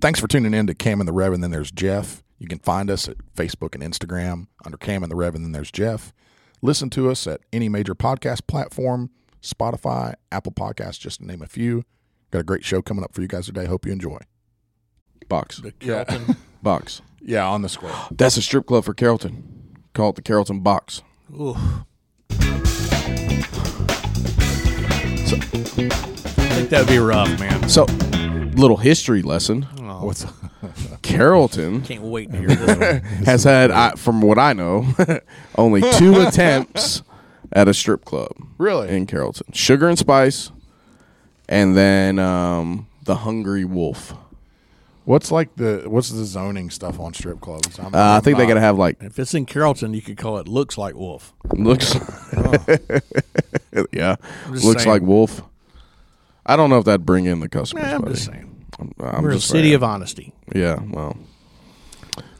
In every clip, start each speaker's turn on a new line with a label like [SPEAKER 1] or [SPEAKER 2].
[SPEAKER 1] Thanks for tuning in to Cam and the Rev, and then there's Jeff. You can find us at Facebook and Instagram under Cam and the Rev, and then there's Jeff. Listen to us at any major podcast platform Spotify, Apple Podcasts, just to name a few. Got a great show coming up for you guys today. Hope you enjoy.
[SPEAKER 2] Box.
[SPEAKER 1] Yeah.
[SPEAKER 2] Box.
[SPEAKER 1] yeah, on the square.
[SPEAKER 2] That's a strip club for Carrollton. Call it the Carrollton Box.
[SPEAKER 3] I think that'd be rough, man.
[SPEAKER 2] So, little history lesson.
[SPEAKER 3] Oh.
[SPEAKER 1] What's
[SPEAKER 2] Carrollton
[SPEAKER 3] Can't wait to hear this. one.
[SPEAKER 2] has had, I, from what I know, only two attempts at a strip club
[SPEAKER 1] Really?
[SPEAKER 2] in Carrollton Sugar and Spice, and then um, The Hungry Wolf.
[SPEAKER 1] what's like the what's the zoning stuff on strip clubs? I'm,
[SPEAKER 2] Uh, I think they got to have like
[SPEAKER 3] if it's in Carrollton, you could call it "Looks Like Wolf."
[SPEAKER 2] Looks, yeah,
[SPEAKER 3] Oh. just
[SPEAKER 2] looks
[SPEAKER 3] saying.
[SPEAKER 2] like wolf. I don't know if that'd bring in the customers.
[SPEAKER 3] I'm
[SPEAKER 2] buddy.
[SPEAKER 3] just saying.
[SPEAKER 2] I'm, I'm
[SPEAKER 3] We're a
[SPEAKER 2] just
[SPEAKER 3] city
[SPEAKER 2] saying.
[SPEAKER 3] of honesty.
[SPEAKER 2] yeah. Well,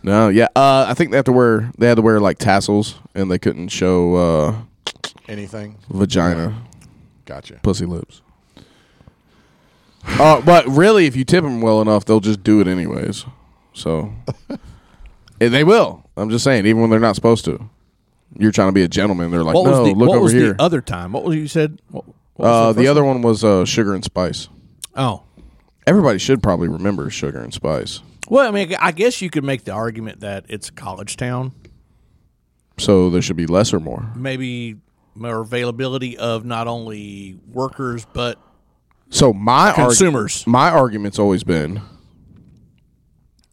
[SPEAKER 2] no, yeah. Uh, I think they have to wear they had to wear like tassels, and they couldn't show uh,
[SPEAKER 1] anything.
[SPEAKER 2] vagina,
[SPEAKER 1] Gotcha.
[SPEAKER 2] pussy lips. Uh, but really, if you tip them well enough, they'll just do it anyways. So, And they will. I'm just saying, even when they're not supposed to. You're trying to be a gentleman. They're like,
[SPEAKER 3] What
[SPEAKER 2] no,
[SPEAKER 3] was the
[SPEAKER 2] look
[SPEAKER 3] what
[SPEAKER 2] over
[SPEAKER 3] was
[SPEAKER 2] here.
[SPEAKER 3] the other time? What was you said? What, what
[SPEAKER 2] Uh,
[SPEAKER 3] was
[SPEAKER 2] the
[SPEAKER 3] first
[SPEAKER 2] other one was uh, sugar and spice.
[SPEAKER 3] One? Oh,
[SPEAKER 2] Everybody should probably remember sugar and spice.
[SPEAKER 3] well, I mean, I guess you could make the argument that it's a college town.
[SPEAKER 2] So there should be less or more.
[SPEAKER 3] Maybe more availability of not only workers but
[SPEAKER 2] So my arg-
[SPEAKER 3] consumers.
[SPEAKER 2] my argument's always been.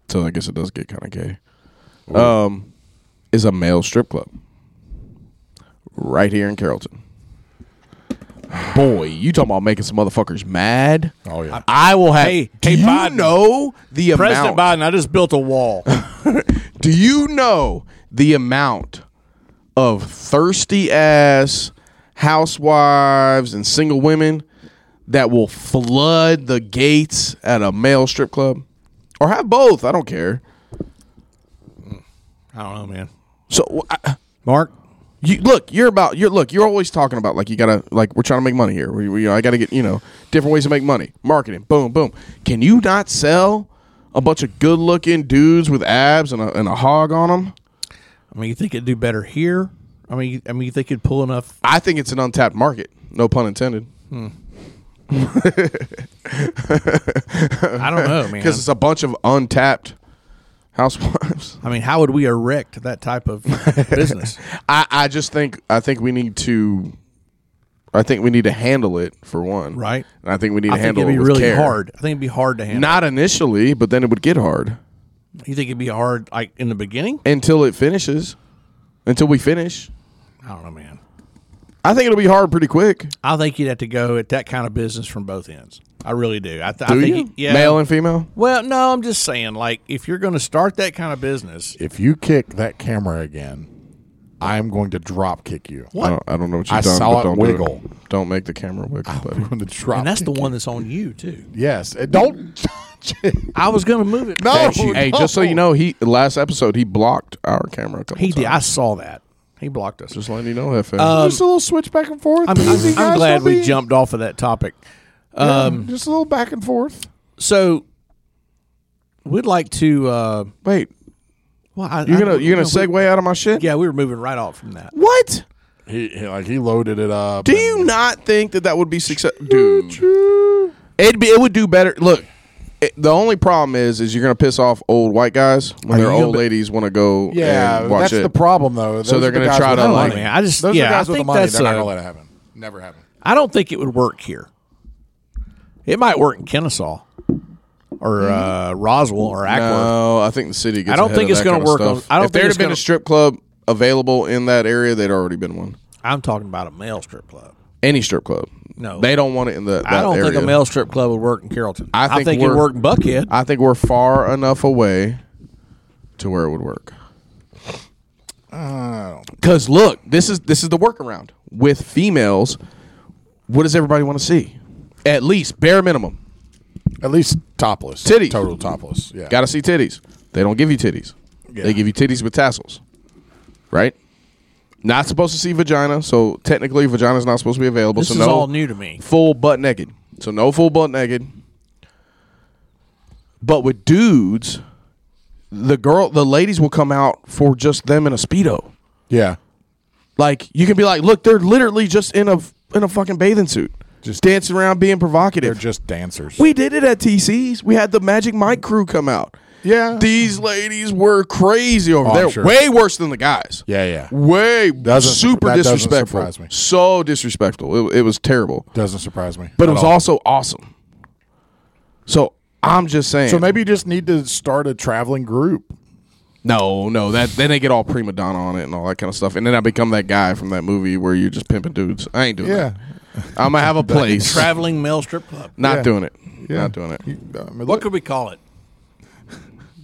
[SPEAKER 2] So I guess it does get kind of gay. Um, is a male strip club right here in Carrollton. Boy, you talking about making some motherfuckers mad?
[SPEAKER 1] Oh yeah.
[SPEAKER 2] I will have.
[SPEAKER 3] Hey,
[SPEAKER 2] do
[SPEAKER 3] hey,
[SPEAKER 2] you
[SPEAKER 3] Biden.
[SPEAKER 2] know the
[SPEAKER 3] President
[SPEAKER 2] amount?
[SPEAKER 3] Biden, I just built a wall.
[SPEAKER 2] Do you know the amount of thirsty ass housewives and single women that will flood the gates at a male strip club? Or have both, I don't care.
[SPEAKER 3] I don't know, man.
[SPEAKER 2] So I,
[SPEAKER 3] Mark,
[SPEAKER 2] you look, you're about you're look, you're always talking about like you gotta like we're trying to make money here. We, we I gotta get you know different ways to make money, marketing, boom, boom. Can you not sell a bunch of good looking dudes with abs and a, and a hog on them?
[SPEAKER 3] I mean, you think it'd do better here? I mean, you- I mean, you think it'd pull enough?
[SPEAKER 2] I think it's an untapped market. No pun intended.
[SPEAKER 3] I don't know, man.
[SPEAKER 2] Because it's a bunch of untapped housewives.
[SPEAKER 3] I mean, how would we erect that type of business?
[SPEAKER 2] I, I just think I think we need to I think we need to handle it for one.
[SPEAKER 3] Right.
[SPEAKER 2] And I think we need to
[SPEAKER 3] I think
[SPEAKER 2] handle
[SPEAKER 3] it'd be
[SPEAKER 2] it with
[SPEAKER 3] really
[SPEAKER 2] care.
[SPEAKER 3] hard. I think it'd be hard to handle.
[SPEAKER 2] Not initially, but then it would get hard.
[SPEAKER 3] you think it'd be hard like in the beginning?
[SPEAKER 2] Until it finishes. Until we finish.
[SPEAKER 3] I don't know, man.
[SPEAKER 2] I think it'll be hard pretty quick.
[SPEAKER 3] I think you'd have to go at that kind of business from both ends. I really do. I, th-
[SPEAKER 2] Do
[SPEAKER 3] I think
[SPEAKER 2] you?
[SPEAKER 3] it- yeah.
[SPEAKER 2] Male and female?
[SPEAKER 3] well, no, I'm just saying, like, if you're going to start that kind of business,
[SPEAKER 1] If you kick that camera again, I am going to drop kick you.
[SPEAKER 2] I don't, I don't know what you've
[SPEAKER 1] I
[SPEAKER 2] done.
[SPEAKER 1] saw
[SPEAKER 2] but
[SPEAKER 1] it
[SPEAKER 2] don't
[SPEAKER 1] wiggle.
[SPEAKER 2] Do it. Don't make the camera wiggle,
[SPEAKER 3] Oh,
[SPEAKER 2] buddy.
[SPEAKER 1] I'm going to drop.
[SPEAKER 3] and that's the
[SPEAKER 1] kick
[SPEAKER 3] one that's on you too.
[SPEAKER 1] you. Yes. Uh,
[SPEAKER 2] Mm.
[SPEAKER 1] Don't touch it.
[SPEAKER 3] I was going to move it.
[SPEAKER 1] No.
[SPEAKER 3] Thank you.
[SPEAKER 1] Oh,
[SPEAKER 2] hey, just so
[SPEAKER 1] no.
[SPEAKER 2] you know, he last episode he blocked our camera a couple
[SPEAKER 3] he
[SPEAKER 2] times.
[SPEAKER 3] did. I saw that. He blocked us.
[SPEAKER 2] Just letting you know, FM.
[SPEAKER 1] just a little switch back and forth.
[SPEAKER 3] I'm,
[SPEAKER 1] Easy,
[SPEAKER 3] I'm, I'm
[SPEAKER 1] guys,
[SPEAKER 3] glad
[SPEAKER 1] don't
[SPEAKER 3] we
[SPEAKER 1] be-
[SPEAKER 3] jumped off of that topic.
[SPEAKER 1] Yeah, just a little back and forth.
[SPEAKER 3] So, we'd like to. Uh,
[SPEAKER 2] Wait,
[SPEAKER 3] well, I,
[SPEAKER 2] you're
[SPEAKER 3] I
[SPEAKER 2] gonna
[SPEAKER 3] don't
[SPEAKER 2] you're gonna
[SPEAKER 3] know.
[SPEAKER 2] segue out of my shit?
[SPEAKER 3] Yeah, we were moving right off from that.
[SPEAKER 2] What?
[SPEAKER 1] He, he- like he loaded it up.
[SPEAKER 2] Do you not think that that would be success, dude? It'd be it would do better. Look, it, the only problem is is you're gonna piss off old white guys when
[SPEAKER 1] Are
[SPEAKER 2] their
[SPEAKER 1] you gonna
[SPEAKER 2] old
[SPEAKER 1] be-
[SPEAKER 2] ladies want to go.
[SPEAKER 1] Yeah,
[SPEAKER 2] and watch
[SPEAKER 1] that's
[SPEAKER 2] it.
[SPEAKER 1] the problem though. Those
[SPEAKER 2] So they're
[SPEAKER 1] are the
[SPEAKER 2] gonna
[SPEAKER 1] guys
[SPEAKER 2] try
[SPEAKER 1] with
[SPEAKER 2] to,
[SPEAKER 1] the
[SPEAKER 2] like-
[SPEAKER 1] money.
[SPEAKER 3] Man, I just-
[SPEAKER 1] those
[SPEAKER 3] yeah,
[SPEAKER 1] are the
[SPEAKER 3] I
[SPEAKER 1] guys with the
[SPEAKER 3] think
[SPEAKER 1] money.
[SPEAKER 3] that's
[SPEAKER 1] They're not
[SPEAKER 3] a-
[SPEAKER 1] gonna let it happen. Never happen.
[SPEAKER 3] I don't think it would work here. It might work in Kennesaw or uh, Roswell or Ackworth.
[SPEAKER 2] Mm-hmm. No, I think the city. Gets
[SPEAKER 3] I don't
[SPEAKER 2] ahead
[SPEAKER 3] think
[SPEAKER 2] of
[SPEAKER 3] it's
[SPEAKER 2] that
[SPEAKER 3] gonna
[SPEAKER 2] kinda
[SPEAKER 3] work on-
[SPEAKER 2] Stuff.
[SPEAKER 3] I don't
[SPEAKER 2] if
[SPEAKER 3] think
[SPEAKER 2] there
[SPEAKER 3] it's
[SPEAKER 2] had been
[SPEAKER 3] gonna-
[SPEAKER 2] a strip club available in that area, they'd already been one.
[SPEAKER 3] I'm talking about a male strip club.
[SPEAKER 2] Any strip club.
[SPEAKER 3] No.
[SPEAKER 2] they don't want it in the. That
[SPEAKER 3] I don't think a
[SPEAKER 2] area.
[SPEAKER 3] male strip club would work in Carrollton.
[SPEAKER 2] I think
[SPEAKER 3] it
[SPEAKER 2] we're-
[SPEAKER 3] would work in Buckhead.
[SPEAKER 2] I think we're far enough away to where it would work. Because look, this is this is the workaround with females. What does everybody want to see? At least bare minimum,
[SPEAKER 1] At least topless.
[SPEAKER 2] Titties.
[SPEAKER 1] Total topless. Yeah.
[SPEAKER 2] got to see titties. They don't give you titties.
[SPEAKER 1] Yeah.
[SPEAKER 2] They give you titties with tassels, right? Not supposed to see vagina, so technically vagina's not supposed to be available.
[SPEAKER 3] this
[SPEAKER 2] so
[SPEAKER 3] is
[SPEAKER 2] no
[SPEAKER 3] all new to me.
[SPEAKER 2] full butt naked. So no full butt naked. But with dudes, the girl, the ladies will come out for just them in a speedo.
[SPEAKER 1] Yeah.
[SPEAKER 2] Like you can be like, look, they're literally just in a in a fucking bathing suit, just dancing around, being
[SPEAKER 1] They're
[SPEAKER 2] provocative.
[SPEAKER 1] just dancers.
[SPEAKER 2] we did it at TC's. We had the Magic Mike crew come out.
[SPEAKER 1] yeah.
[SPEAKER 2] These ladies were crazy over
[SPEAKER 1] Oh, I'm
[SPEAKER 2] there.
[SPEAKER 1] sure.
[SPEAKER 2] Way worse than the guys.
[SPEAKER 1] yeah, yeah.
[SPEAKER 2] Way
[SPEAKER 1] Doesn't-
[SPEAKER 2] super
[SPEAKER 1] that doesn't
[SPEAKER 2] disrespectful.
[SPEAKER 1] surprise me.
[SPEAKER 2] So disrespectful. It, it was terrible.
[SPEAKER 1] Doesn't surprise me.
[SPEAKER 2] But
[SPEAKER 1] at
[SPEAKER 2] it was
[SPEAKER 1] all.
[SPEAKER 2] also awesome. So I'm just saying.
[SPEAKER 1] So maybe you just need to start a traveling group.
[SPEAKER 2] no, no. That then they get all prima donna on it and all that kind of stuff, and then I become that guy from that movie where you're just pimping dudes. I ain't doing
[SPEAKER 1] Yeah.
[SPEAKER 2] that. I'm gonna have a place.
[SPEAKER 3] Traveling male strip club.
[SPEAKER 2] Not
[SPEAKER 1] Yeah.
[SPEAKER 2] doing it.
[SPEAKER 1] Yeah.
[SPEAKER 2] Not doing it.
[SPEAKER 1] You- I mean,
[SPEAKER 3] What
[SPEAKER 1] look,
[SPEAKER 3] could we call it?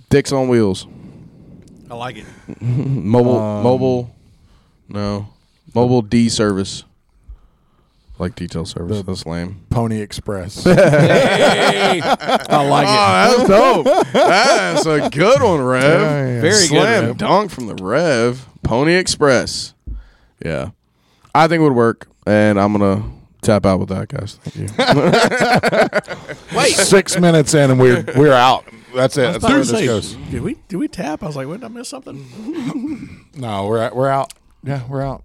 [SPEAKER 2] Dicks on wheels.
[SPEAKER 3] I like it.
[SPEAKER 2] Mobile.
[SPEAKER 1] Um,
[SPEAKER 2] mobile. No. Mobile D service. Like detail service. That's lame.
[SPEAKER 1] Pony Express.
[SPEAKER 3] Hey, I like it.
[SPEAKER 1] Oh,
[SPEAKER 2] that's dope. That's a good one, Rev.
[SPEAKER 3] Very good,
[SPEAKER 2] Slam
[SPEAKER 3] Rev.
[SPEAKER 2] dunk from the Rev. Pony Express. Yeah. I think it would work, and I'm going to tap out with that, guys. Thank you.
[SPEAKER 3] Wait.
[SPEAKER 1] Six minutes in and we're we're out. That's it. That's
[SPEAKER 3] I
[SPEAKER 1] where
[SPEAKER 3] was
[SPEAKER 1] this
[SPEAKER 3] gonna
[SPEAKER 1] goes.
[SPEAKER 3] say, Did we did we tap? I was like, wait, did I miss
[SPEAKER 2] Mm-hmm.
[SPEAKER 3] something?
[SPEAKER 1] No, we're out, we're out. Yeah, we're out.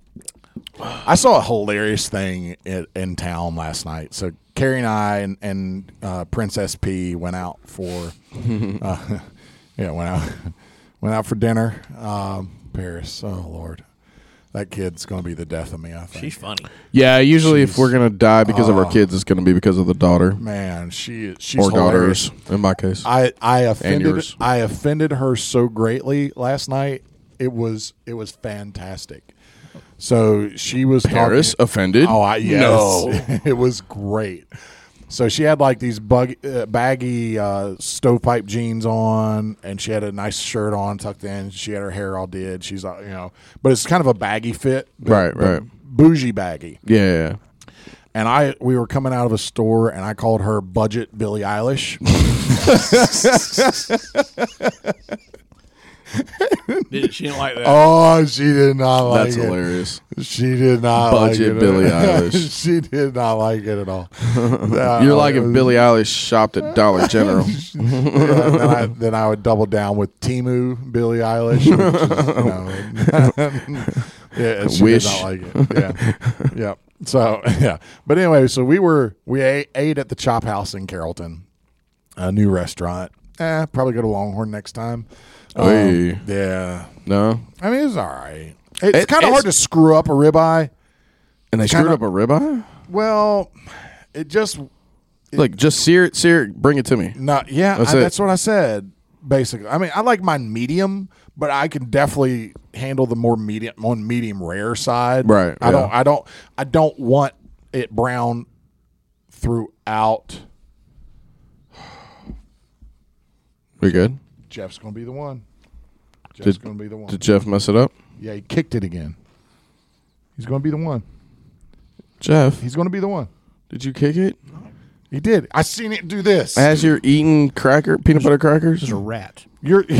[SPEAKER 1] I saw a hilarious thing in, in town last night. So Carrie and I and, and uh, Princess P went out for uh, yeah went out went out for dinner. Um, Paris, oh lord, that kid's gonna be the death of me. I think.
[SPEAKER 3] She's funny.
[SPEAKER 2] yeah, usually if we're going to die because of our kids, it's going to be because of the daughter
[SPEAKER 1] Ah. Man, she is she's
[SPEAKER 2] or
[SPEAKER 1] hilarious.
[SPEAKER 2] daughters, in my case.
[SPEAKER 1] I I offended
[SPEAKER 2] yours.
[SPEAKER 1] I offended her so greatly last night. It was it was fantastic. So she was talking-
[SPEAKER 2] Paris offended?
[SPEAKER 1] Oh, I, yes,
[SPEAKER 2] No.
[SPEAKER 1] it was great. So she had like these bug, uh, baggy uh, stovepipe jeans on, and she had a nice shirt on tucked in. She had her hair all did. She's like, you know, but it's kind of a baggy fit, but-
[SPEAKER 2] Right,
[SPEAKER 1] but
[SPEAKER 2] right.
[SPEAKER 1] bougie baggy.
[SPEAKER 2] Yeah, yeah, yeah.
[SPEAKER 1] And I we were coming out of a store, and I called her budget Billie Eilish.
[SPEAKER 3] Did she didn't like that?
[SPEAKER 1] oh, she did not like
[SPEAKER 2] That's
[SPEAKER 1] it.
[SPEAKER 2] hilarious.
[SPEAKER 1] She did not like it
[SPEAKER 2] Budget
[SPEAKER 1] at-
[SPEAKER 2] Billie Eilish.
[SPEAKER 1] she did not like it at all. Uh,
[SPEAKER 2] You're like if Billie Eilish shopped at Dollar General.
[SPEAKER 1] then, I, then I would double down with Timu, Billie Eilish. Which is, you know, yeah, she
[SPEAKER 2] Wish.
[SPEAKER 1] did not like it. Yeah, yeah. So yeah, but anyway, so we were we ate, ate at the Chop House in Carrollton, a new restaurant. Eh, probably go to Longhorn next time.
[SPEAKER 2] Oh,
[SPEAKER 1] Um,
[SPEAKER 2] Oy.
[SPEAKER 1] yeah,
[SPEAKER 2] no?
[SPEAKER 1] I mean it's all right. It's
[SPEAKER 2] It-
[SPEAKER 1] kind of
[SPEAKER 2] it's-
[SPEAKER 1] hard to screw up a ribeye.
[SPEAKER 2] And they screwed up a ribeye?
[SPEAKER 1] Well, it just
[SPEAKER 2] Like, just sear it, sear it, bring it to me.
[SPEAKER 1] Not yeah,
[SPEAKER 2] That's
[SPEAKER 1] I,
[SPEAKER 2] it.
[SPEAKER 1] that's what I said. Basically, I mean, I like mine medium, but I can definitely handle the more medium on medium rare side.
[SPEAKER 2] Right,
[SPEAKER 1] I don't.
[SPEAKER 2] yeah.
[SPEAKER 1] I don't. I don't want it brown throughout.
[SPEAKER 2] We good?
[SPEAKER 1] Jeff's gonna be the one. Jeff's
[SPEAKER 2] Did-
[SPEAKER 1] gonna be the one.
[SPEAKER 2] Did Jeff mess it up?
[SPEAKER 1] yeah, he kicked it again. He's gonna be the one.
[SPEAKER 2] Jeff,
[SPEAKER 1] He's gonna be the one.
[SPEAKER 2] did you kick it?
[SPEAKER 1] He did. I seen it do this.
[SPEAKER 2] As you're eating cracker, peanut butter crackers?
[SPEAKER 3] She's a rat.
[SPEAKER 1] You're.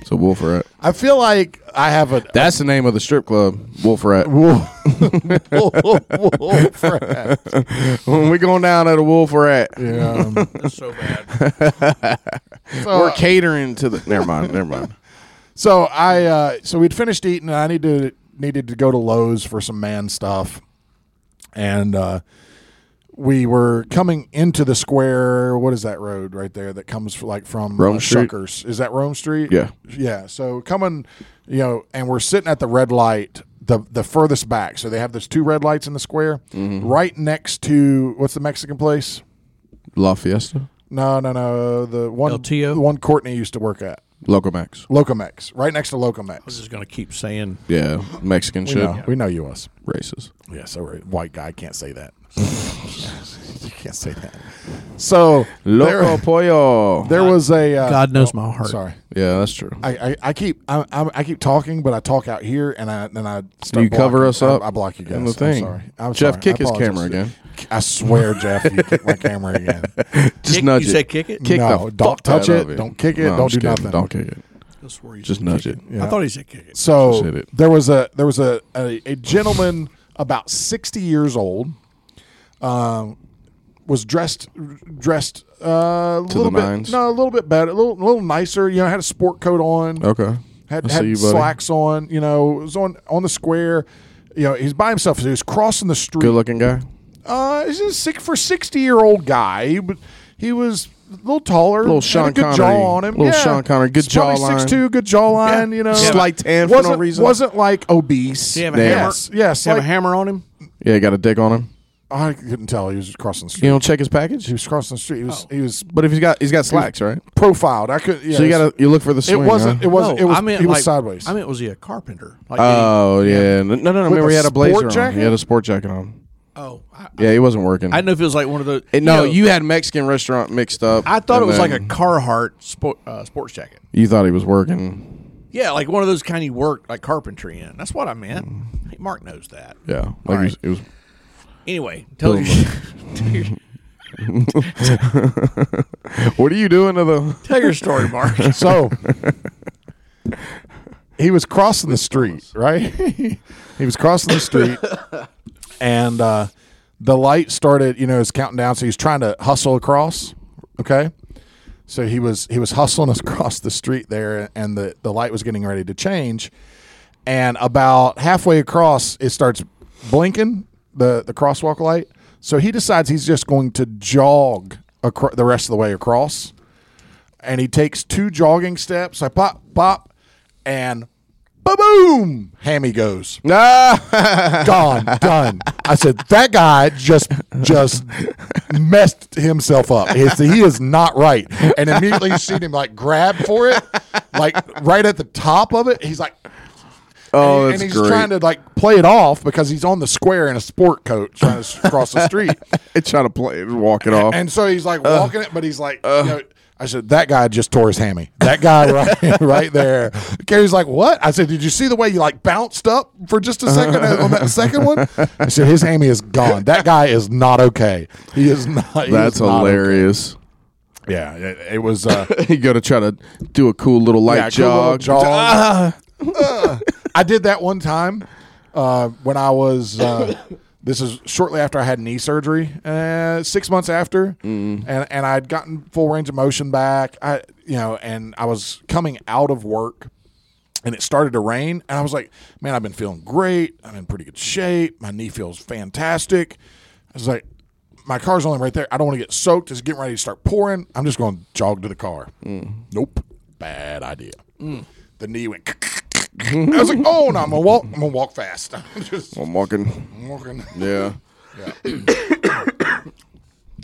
[SPEAKER 2] It's a wolf rat.
[SPEAKER 1] I feel like I have a
[SPEAKER 2] That's the name of the strip club, Wolf Rat.
[SPEAKER 1] wolf rat.
[SPEAKER 2] when we going down at a Wolf Rat,
[SPEAKER 1] Yeah.
[SPEAKER 3] That's so bad.
[SPEAKER 1] Um, So-
[SPEAKER 2] we're catering to the. Never mind, never mind.
[SPEAKER 1] So I uh, so we'd finished eating and I need to needed to go to Lowe's for some man stuff. And uh, we were coming into the square. What is that road right there that comes for, like from
[SPEAKER 2] Rome
[SPEAKER 1] uh,
[SPEAKER 2] Street?
[SPEAKER 1] Shuckers? Is that Rome Street?
[SPEAKER 2] Yeah.
[SPEAKER 1] yeah. So coming, you know, and we're sitting at the red light, the the furthest back. So they have those two red lights in the square,
[SPEAKER 2] Mm-hmm.
[SPEAKER 1] right next to what's the Mexican place?
[SPEAKER 2] La Fiesta,
[SPEAKER 1] No, no, no. The one
[SPEAKER 3] LTO?
[SPEAKER 1] the one Courtney used to work at.
[SPEAKER 2] Loco Max.
[SPEAKER 1] Locomex, right next to
[SPEAKER 3] I was
[SPEAKER 1] Locomex.
[SPEAKER 3] just gonna keep saying
[SPEAKER 2] Yeah, Mexican
[SPEAKER 1] We
[SPEAKER 2] shit.
[SPEAKER 1] know, we know you us.
[SPEAKER 2] Racist.
[SPEAKER 1] Yeah, so we're- white guy can't say that. you can't say that. So
[SPEAKER 2] Loco
[SPEAKER 1] there,
[SPEAKER 2] Pollo.
[SPEAKER 1] there was a uh,
[SPEAKER 3] God knows my heart.
[SPEAKER 1] Sorry,
[SPEAKER 2] Yeah, that's true.
[SPEAKER 1] I, I, I keep I, I, I keep talking, but I talk out here, and I and I start
[SPEAKER 2] You cover
[SPEAKER 1] blocking-
[SPEAKER 2] us up
[SPEAKER 1] I, I block you guys.
[SPEAKER 2] in the thing.
[SPEAKER 1] I'm sorry. I'm
[SPEAKER 2] Jeff,
[SPEAKER 1] sorry.
[SPEAKER 2] kick
[SPEAKER 1] I
[SPEAKER 2] his
[SPEAKER 1] apologize.
[SPEAKER 2] camera again.
[SPEAKER 1] I swear, Jeff, you kick my camera again.
[SPEAKER 2] Just
[SPEAKER 3] Kick-
[SPEAKER 2] nudge
[SPEAKER 3] you
[SPEAKER 2] it.
[SPEAKER 3] say kick it?
[SPEAKER 2] Kick
[SPEAKER 1] No,
[SPEAKER 2] the
[SPEAKER 1] don't
[SPEAKER 2] fuck
[SPEAKER 1] touch
[SPEAKER 2] out
[SPEAKER 1] it.
[SPEAKER 2] of
[SPEAKER 1] Don't kick it.
[SPEAKER 2] No, I'm
[SPEAKER 1] don't
[SPEAKER 2] just
[SPEAKER 1] do
[SPEAKER 2] kidding.
[SPEAKER 1] nothing.
[SPEAKER 2] Don't kick it.
[SPEAKER 3] That's where you
[SPEAKER 2] Just
[SPEAKER 3] said
[SPEAKER 2] nudge
[SPEAKER 3] kick
[SPEAKER 2] it.
[SPEAKER 3] I thought he said kick it.
[SPEAKER 1] So
[SPEAKER 2] Just hit it.
[SPEAKER 1] there was a there was a, a, a gentleman about sixty years old. Um, was dressed dressed uh, a little bit
[SPEAKER 2] nines?
[SPEAKER 1] no a little bit better a little, a little nicer you know had a sport coat on
[SPEAKER 2] Okay.
[SPEAKER 1] had,
[SPEAKER 2] Oh, I see
[SPEAKER 1] had
[SPEAKER 2] you, buddy.
[SPEAKER 1] slacks on you know was on on the square you know he's by himself so he was crossing the street
[SPEAKER 2] Good looking guy.
[SPEAKER 1] uh, he's a sick for sixty year old guy, but he was a little taller,
[SPEAKER 2] Little
[SPEAKER 1] had
[SPEAKER 2] Sean
[SPEAKER 1] a good
[SPEAKER 2] Connery.
[SPEAKER 1] jaw on him,
[SPEAKER 2] Little
[SPEAKER 1] yeah.
[SPEAKER 2] Sean Connery, good
[SPEAKER 1] He's probably
[SPEAKER 2] jawline.
[SPEAKER 1] 6'2", good jawline, you know,
[SPEAKER 2] Slight tan for no
[SPEAKER 1] wasn't,
[SPEAKER 2] reason.
[SPEAKER 1] wasn't like obese.
[SPEAKER 3] Do you have a
[SPEAKER 2] Yeah.
[SPEAKER 3] hammer?
[SPEAKER 1] Yes, yes,
[SPEAKER 3] Do you have
[SPEAKER 1] like-
[SPEAKER 3] a hammer on him?
[SPEAKER 2] Yeah, got a dick on him.
[SPEAKER 1] I couldn't tell he was crossing the street.
[SPEAKER 2] You don't check his package.
[SPEAKER 1] He was crossing the street. He was he was
[SPEAKER 2] But if he's got he's got slacks, right?
[SPEAKER 1] profiled. I could. Yeah,
[SPEAKER 2] So you gotta you look for the
[SPEAKER 1] It
[SPEAKER 2] swing.
[SPEAKER 1] wasn't.
[SPEAKER 2] huh?
[SPEAKER 1] It wasn't.
[SPEAKER 3] No,
[SPEAKER 1] it was.
[SPEAKER 3] I meant
[SPEAKER 1] he was
[SPEAKER 3] like-
[SPEAKER 1] sideways. Uh,
[SPEAKER 3] I mean, was he a carpenter? Like,
[SPEAKER 2] Oh yeah. No, no, no. Remember
[SPEAKER 1] a
[SPEAKER 2] he had a
[SPEAKER 1] sport
[SPEAKER 2] blazer on.
[SPEAKER 1] jacket?
[SPEAKER 2] He had a sport jacket on.
[SPEAKER 3] did he- oh, I,
[SPEAKER 2] Yeah, he wasn't working.
[SPEAKER 3] I didn't know if it was like one of
[SPEAKER 1] Eh,
[SPEAKER 3] the.
[SPEAKER 2] And no,
[SPEAKER 3] know,
[SPEAKER 2] you had Mexican restaurant mixed up.
[SPEAKER 3] I thought it
[SPEAKER 2] and
[SPEAKER 3] was like a
[SPEAKER 2] then
[SPEAKER 1] Mm-hmm.
[SPEAKER 3] Carhartt sport, uh, sports jacket.
[SPEAKER 2] You thought he was working.
[SPEAKER 3] Yeah, like one of those kind you work like carpentry in. That's what I meant.
[SPEAKER 1] Mm.
[SPEAKER 3] Hey, Mark knows that.
[SPEAKER 2] Yeah, like
[SPEAKER 3] All
[SPEAKER 2] he was,
[SPEAKER 3] right.
[SPEAKER 2] it was.
[SPEAKER 3] Anyway, tell
[SPEAKER 2] Boom.
[SPEAKER 3] your, tell your
[SPEAKER 2] What are you doing to the?
[SPEAKER 3] tell your story, Mark.
[SPEAKER 1] so he was crossing the street, right? he was crossing the street, and uh, the light started. You know, it was counting down, so he was trying to hustle across. Okay, so he was he was hustling us across the street there, and the the light was getting ready to change, and about halfway across, it starts blinking the the crosswalk light. So he decides he's just going to jog acro- the rest of the way across and he takes two jogging steps. I pop, pop, and boom, hammy goes gone, done. I said that guy just just messed himself up. He said, he is not right, and immediately you see him like grab for it, like right at the top of it. He's like.
[SPEAKER 2] Oh,
[SPEAKER 1] and
[SPEAKER 2] that's
[SPEAKER 1] he's
[SPEAKER 2] great.
[SPEAKER 1] trying to like play it off because he's on the square in a sport coat trying to s- cross the street.
[SPEAKER 2] It's trying to play, walk it off.
[SPEAKER 1] And so he's like
[SPEAKER 2] Uh.
[SPEAKER 1] walking it, but he's like, you know, I said, that guy just tore his hammy. That guy right, right there. Gary's like, what? I said, did you see the way you like bounced up for just a
[SPEAKER 2] Uh-huh.
[SPEAKER 1] second uh, on that second one? I said, his hammy is gone. That guy is not okay. He is not. he
[SPEAKER 2] That's
[SPEAKER 1] is not okay."
[SPEAKER 2] hilarious.
[SPEAKER 1] Yeah, it, it was. Uh,
[SPEAKER 2] you got to try to do a cool little light
[SPEAKER 1] yeah, cool little
[SPEAKER 2] jog.
[SPEAKER 1] jog. Uh, I did that one time uh, when I was. Uh, this is shortly after I had knee surgery, uh, six months after, and and I'd gotten full range of motion back. I you know, and I was coming out of work. And it started to rain, and I was like, "Man, I've been feeling great. I'm in pretty good shape. My knee feels fantastic." I was like, "My car's only right there. I don't want to get soaked. It's getting ready to start pouring. I'm just going to jog to the car." Nope, bad idea the knee went. I was like, oh no, I'm gonna walk. I'm gonna walk fast. I'm just
[SPEAKER 2] I'm walking.
[SPEAKER 1] walking.
[SPEAKER 2] Yeah.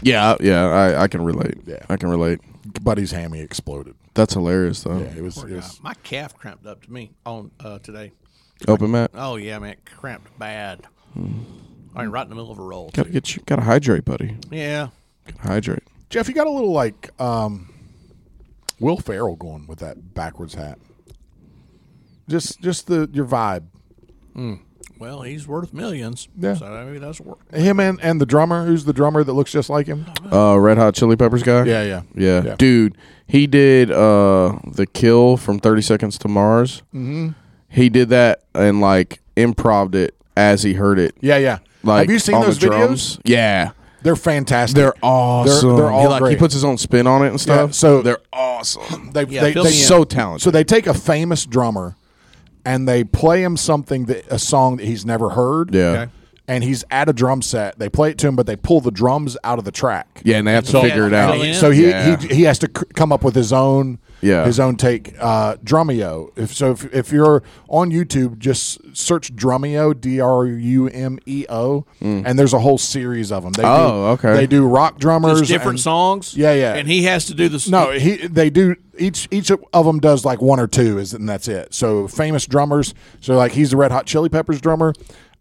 [SPEAKER 2] Yeah, yeah, I, I can relate. Yeah, I can relate.
[SPEAKER 1] Buddy's hammy exploded.
[SPEAKER 2] That's hilarious though.
[SPEAKER 1] Yeah, it was. It was
[SPEAKER 3] Uh, My calf cramped up to me on uh, today.
[SPEAKER 2] Open mat.
[SPEAKER 3] Oh yeah, man, it cramped bad.
[SPEAKER 1] Mm.
[SPEAKER 3] I mean, right in the middle of a roll.
[SPEAKER 2] Gotta get you. Gotta hydrate, buddy.
[SPEAKER 3] Yeah,
[SPEAKER 2] Gotta hydrate.
[SPEAKER 1] Jeff, you got a little like um, Will Ferrell going with that backwards hat. Just, just the your vibe.
[SPEAKER 3] well, he's worth millions.
[SPEAKER 1] Yeah.
[SPEAKER 3] so maybe that's worth.
[SPEAKER 1] Him and and the drummer. Who's the drummer that looks just like him?
[SPEAKER 2] Uh, Red Hot Chili Peppers guy.
[SPEAKER 1] Oh, Yeah, yeah.
[SPEAKER 2] yeah,
[SPEAKER 1] Yeah.
[SPEAKER 2] dude. He did uh the kill from Thirty Seconds to Mars. Mm-hmm. He did that and like improved it as he heard it.
[SPEAKER 1] Yeah, yeah.
[SPEAKER 2] Like
[SPEAKER 1] Have you seen
[SPEAKER 2] on the
[SPEAKER 1] those videos?
[SPEAKER 2] drums. Yeah,
[SPEAKER 1] They're fantastic.
[SPEAKER 2] they're awesome.
[SPEAKER 1] they're all
[SPEAKER 2] he, like, he
[SPEAKER 1] great.
[SPEAKER 2] puts his own spin on it and stuff.
[SPEAKER 1] so-
[SPEAKER 2] they're awesome.
[SPEAKER 1] they,
[SPEAKER 3] Yeah,
[SPEAKER 1] they,
[SPEAKER 3] fill
[SPEAKER 1] they-
[SPEAKER 3] me in.
[SPEAKER 2] so talented.
[SPEAKER 1] So they take a famous drummer and they play him something that a song that he's never heard.
[SPEAKER 2] Yeah. Okay.
[SPEAKER 1] And he's at a drum set. They play it to him, but they pull the drums out of the track.
[SPEAKER 2] yeah, and they have to
[SPEAKER 3] So-
[SPEAKER 2] figure it out.
[SPEAKER 3] Oh, yeah?
[SPEAKER 1] So he,
[SPEAKER 2] Yeah.
[SPEAKER 1] he he has to c- come up with his own
[SPEAKER 2] Yeah.
[SPEAKER 1] his own take. Uh, Drumeo. If so, if, if you're on YouTube, just search Drumeo D R U M E O, and there's a whole series of them. They
[SPEAKER 2] Mm. Oh,
[SPEAKER 1] do,
[SPEAKER 2] okay.
[SPEAKER 1] They do rock drummers,
[SPEAKER 3] There's different
[SPEAKER 1] and-
[SPEAKER 3] songs.
[SPEAKER 1] Yeah, yeah.
[SPEAKER 3] And he has to do this.
[SPEAKER 1] No, he they do each each of them does like one or two, is and that's it. So famous drummers. So like he's the Red Hot Chili Peppers drummer.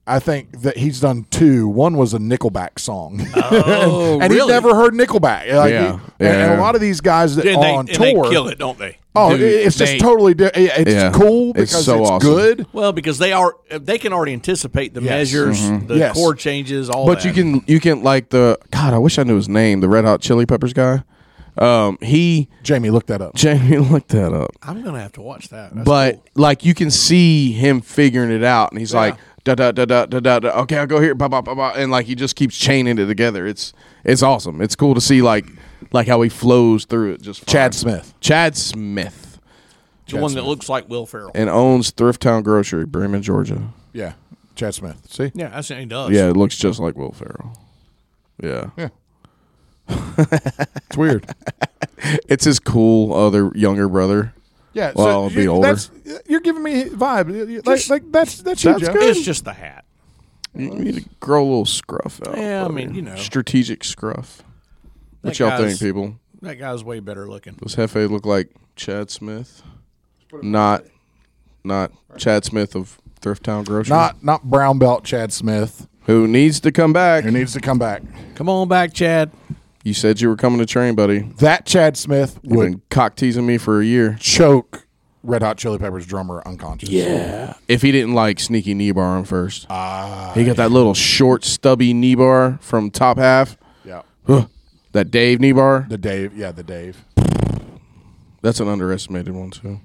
[SPEAKER 1] I think that he's done two. One was a Nickelback song,
[SPEAKER 3] Oh,
[SPEAKER 1] and, and he
[SPEAKER 3] really?
[SPEAKER 1] never heard Nickelback. Like,
[SPEAKER 2] Yeah,
[SPEAKER 1] he- and- And,
[SPEAKER 2] yeah.
[SPEAKER 1] a lot of these guys that
[SPEAKER 3] and
[SPEAKER 1] are
[SPEAKER 3] they,
[SPEAKER 1] on
[SPEAKER 3] and they
[SPEAKER 1] tour,
[SPEAKER 3] kill it, don't they?
[SPEAKER 1] oh,
[SPEAKER 2] Dude,
[SPEAKER 1] it- it's just
[SPEAKER 2] they-
[SPEAKER 1] totally different. It's
[SPEAKER 2] Yeah.
[SPEAKER 1] cool
[SPEAKER 2] It's
[SPEAKER 1] because it's,
[SPEAKER 2] so awesome.
[SPEAKER 1] good.
[SPEAKER 3] Well, because they are they can already anticipate the measures, the
[SPEAKER 1] Yes.
[SPEAKER 3] chord changes, all.
[SPEAKER 2] Mm-hmm. But
[SPEAKER 3] that.
[SPEAKER 2] you can you can like the God. I wish I knew his name. The Red Hot Chili Peppers guy. Um, he
[SPEAKER 1] Jamie, look that up.
[SPEAKER 2] Jamie looked that up.
[SPEAKER 3] I'm gonna have to watch that. That's
[SPEAKER 2] but
[SPEAKER 3] cool.
[SPEAKER 2] like you can see him figuring it out, and he's like, da da da da da da. da. Okay, I'll go here. Blah blah blah blah. And like he just keeps chaining it together. It's it's awesome. It's cool to see like like how he flows through it. Just fine.
[SPEAKER 1] Chad Smith.
[SPEAKER 2] Chad Smith
[SPEAKER 3] The one that looks like Will Ferrell.
[SPEAKER 2] and owns Thrift Town Grocery, Bremen, Georgia.
[SPEAKER 1] Yeah, Chad Smith. See?
[SPEAKER 3] Yeah, that's what he does.
[SPEAKER 2] Yeah, it looks just like Will Ferrell. Yeah,
[SPEAKER 1] Yeah. it's weird.
[SPEAKER 2] it's his cool other younger brother.
[SPEAKER 1] Yeah.
[SPEAKER 2] Well, I'll be
[SPEAKER 1] you-
[SPEAKER 2] older.
[SPEAKER 1] That's, you're giving me vibe. Like,
[SPEAKER 3] Just-
[SPEAKER 1] like that's that's you,
[SPEAKER 2] That's
[SPEAKER 1] Joe.
[SPEAKER 3] It's just the hat.
[SPEAKER 2] You need to grow a little scruff out.
[SPEAKER 3] Yeah, I
[SPEAKER 2] buddy.
[SPEAKER 3] mean, you know.
[SPEAKER 2] strategic scruff. What
[SPEAKER 3] That
[SPEAKER 2] y'all think,
[SPEAKER 3] guy's-
[SPEAKER 2] people?
[SPEAKER 3] That guy's way better looking.
[SPEAKER 2] Does Hefe look like Chad Smith? Not, not Chad Smith of Thrift Town Grocery.
[SPEAKER 1] Not not brown belt Chad Smith
[SPEAKER 2] who needs to come back.
[SPEAKER 1] who needs to come back.
[SPEAKER 3] Come on back, Chad.
[SPEAKER 2] You said you were coming to train, buddy.
[SPEAKER 1] That Chad Smith
[SPEAKER 2] You've
[SPEAKER 1] would
[SPEAKER 2] been cock teasing me for a year.
[SPEAKER 1] choke Red Hot Chili Peppers drummer unconscious.
[SPEAKER 2] Yeah. If he didn't like sneaky knee bar on first,
[SPEAKER 1] Ah,
[SPEAKER 2] he got that little short, stubby knee bar from top half.
[SPEAKER 1] Yeah.
[SPEAKER 2] Huh. That Dave knee bar.
[SPEAKER 1] The Dave. Yeah, the Dave.
[SPEAKER 2] That's an underestimated one too.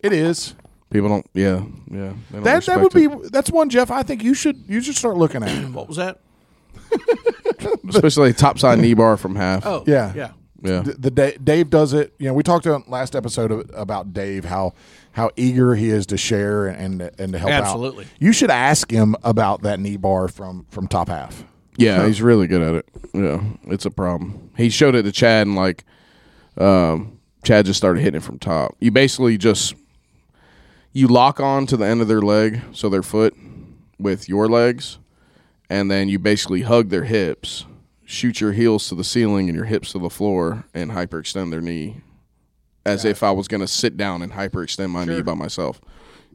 [SPEAKER 1] It is.
[SPEAKER 2] People don't. Yeah, yeah. they don't
[SPEAKER 1] That that
[SPEAKER 2] respect
[SPEAKER 1] would
[SPEAKER 2] it.
[SPEAKER 1] be that's one Jeff I think you should you should start looking at.
[SPEAKER 3] What was that?
[SPEAKER 2] especially topside knee bar from half.
[SPEAKER 3] Oh,
[SPEAKER 1] Yeah.
[SPEAKER 3] yeah.
[SPEAKER 2] yeah.
[SPEAKER 1] the, the Da- Dave does it. You know, we talked on last episode of, about Dave how how eager he is to share and and to help out.
[SPEAKER 3] Absolutely.
[SPEAKER 1] You should ask him about that knee bar from from top half.
[SPEAKER 2] Yeah, he's really good at it. Yeah, it's a problem. He showed it to Chad, and like, um, Chad just started hitting it from top. You basically just you lock on to the end of their leg, so their foot with your legs, and then you basically hug their hips, shoot your heels to the ceiling and your hips to the floor, and hyperextend their knee, as if I was gonna sit down and hyperextend my knee by myself.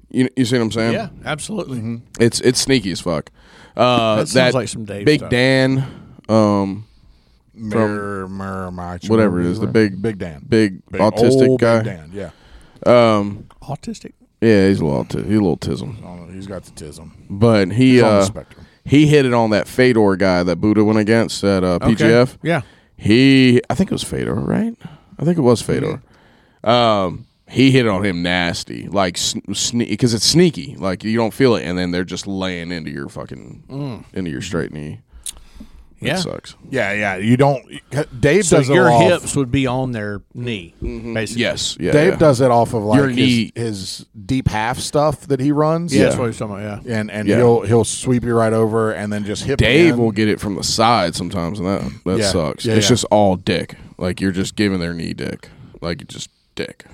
[SPEAKER 2] You, you see what I'm saying?
[SPEAKER 3] Yeah, absolutely.
[SPEAKER 2] It's it's sneaky as fuck. Mm-hmm. Uh,
[SPEAKER 3] That sounds like some Dave
[SPEAKER 2] Big
[SPEAKER 3] stuff.
[SPEAKER 2] Dan, um,
[SPEAKER 1] Mirror, mirror, my children.
[SPEAKER 2] whatever it is, the big
[SPEAKER 1] Big Dan,
[SPEAKER 2] big,
[SPEAKER 1] Big
[SPEAKER 2] autistic
[SPEAKER 1] old
[SPEAKER 2] guy.
[SPEAKER 1] Big Dan. Yeah,
[SPEAKER 2] Um,
[SPEAKER 3] Autistic.
[SPEAKER 2] yeah, he's a little auti- he's a little tism,
[SPEAKER 1] Oh, he's got the tism.
[SPEAKER 2] but he
[SPEAKER 1] on the
[SPEAKER 2] uh,
[SPEAKER 1] spectrum.
[SPEAKER 2] he hit it on that Fedor guy that Buddha went against at uh, PGF.
[SPEAKER 3] Yeah.
[SPEAKER 2] He, I think it was Fedor, right? I think it was Fedor. Um, he hit on him nasty, like sne- because it's sneaky. Like you don't feel it, and then they're just laying into your fucking into your straight knee. That
[SPEAKER 3] Yeah.
[SPEAKER 2] sucks.
[SPEAKER 1] Mm. Yeah, yeah. You don't. Dave
[SPEAKER 3] So
[SPEAKER 1] does it
[SPEAKER 3] your
[SPEAKER 1] off-
[SPEAKER 3] hips would be on their knee, basically.
[SPEAKER 2] Yes, yeah,
[SPEAKER 1] Dave
[SPEAKER 2] yeah.
[SPEAKER 1] does it off of like
[SPEAKER 2] Your
[SPEAKER 1] his,
[SPEAKER 2] knee-
[SPEAKER 1] his deep half stuff that he runs.
[SPEAKER 3] Yeah, that's what he's talking about. Yeah.
[SPEAKER 1] and and
[SPEAKER 2] Yeah.
[SPEAKER 1] he'll he'll sweep you right over and then just hip
[SPEAKER 2] Dave
[SPEAKER 1] again.
[SPEAKER 2] will get it from the side sometimes, and that that
[SPEAKER 1] Yeah.
[SPEAKER 2] sucks.
[SPEAKER 1] Yeah,
[SPEAKER 2] it's
[SPEAKER 1] yeah.
[SPEAKER 2] just all dick. Like you're just giving their knee dick. Like you just dick.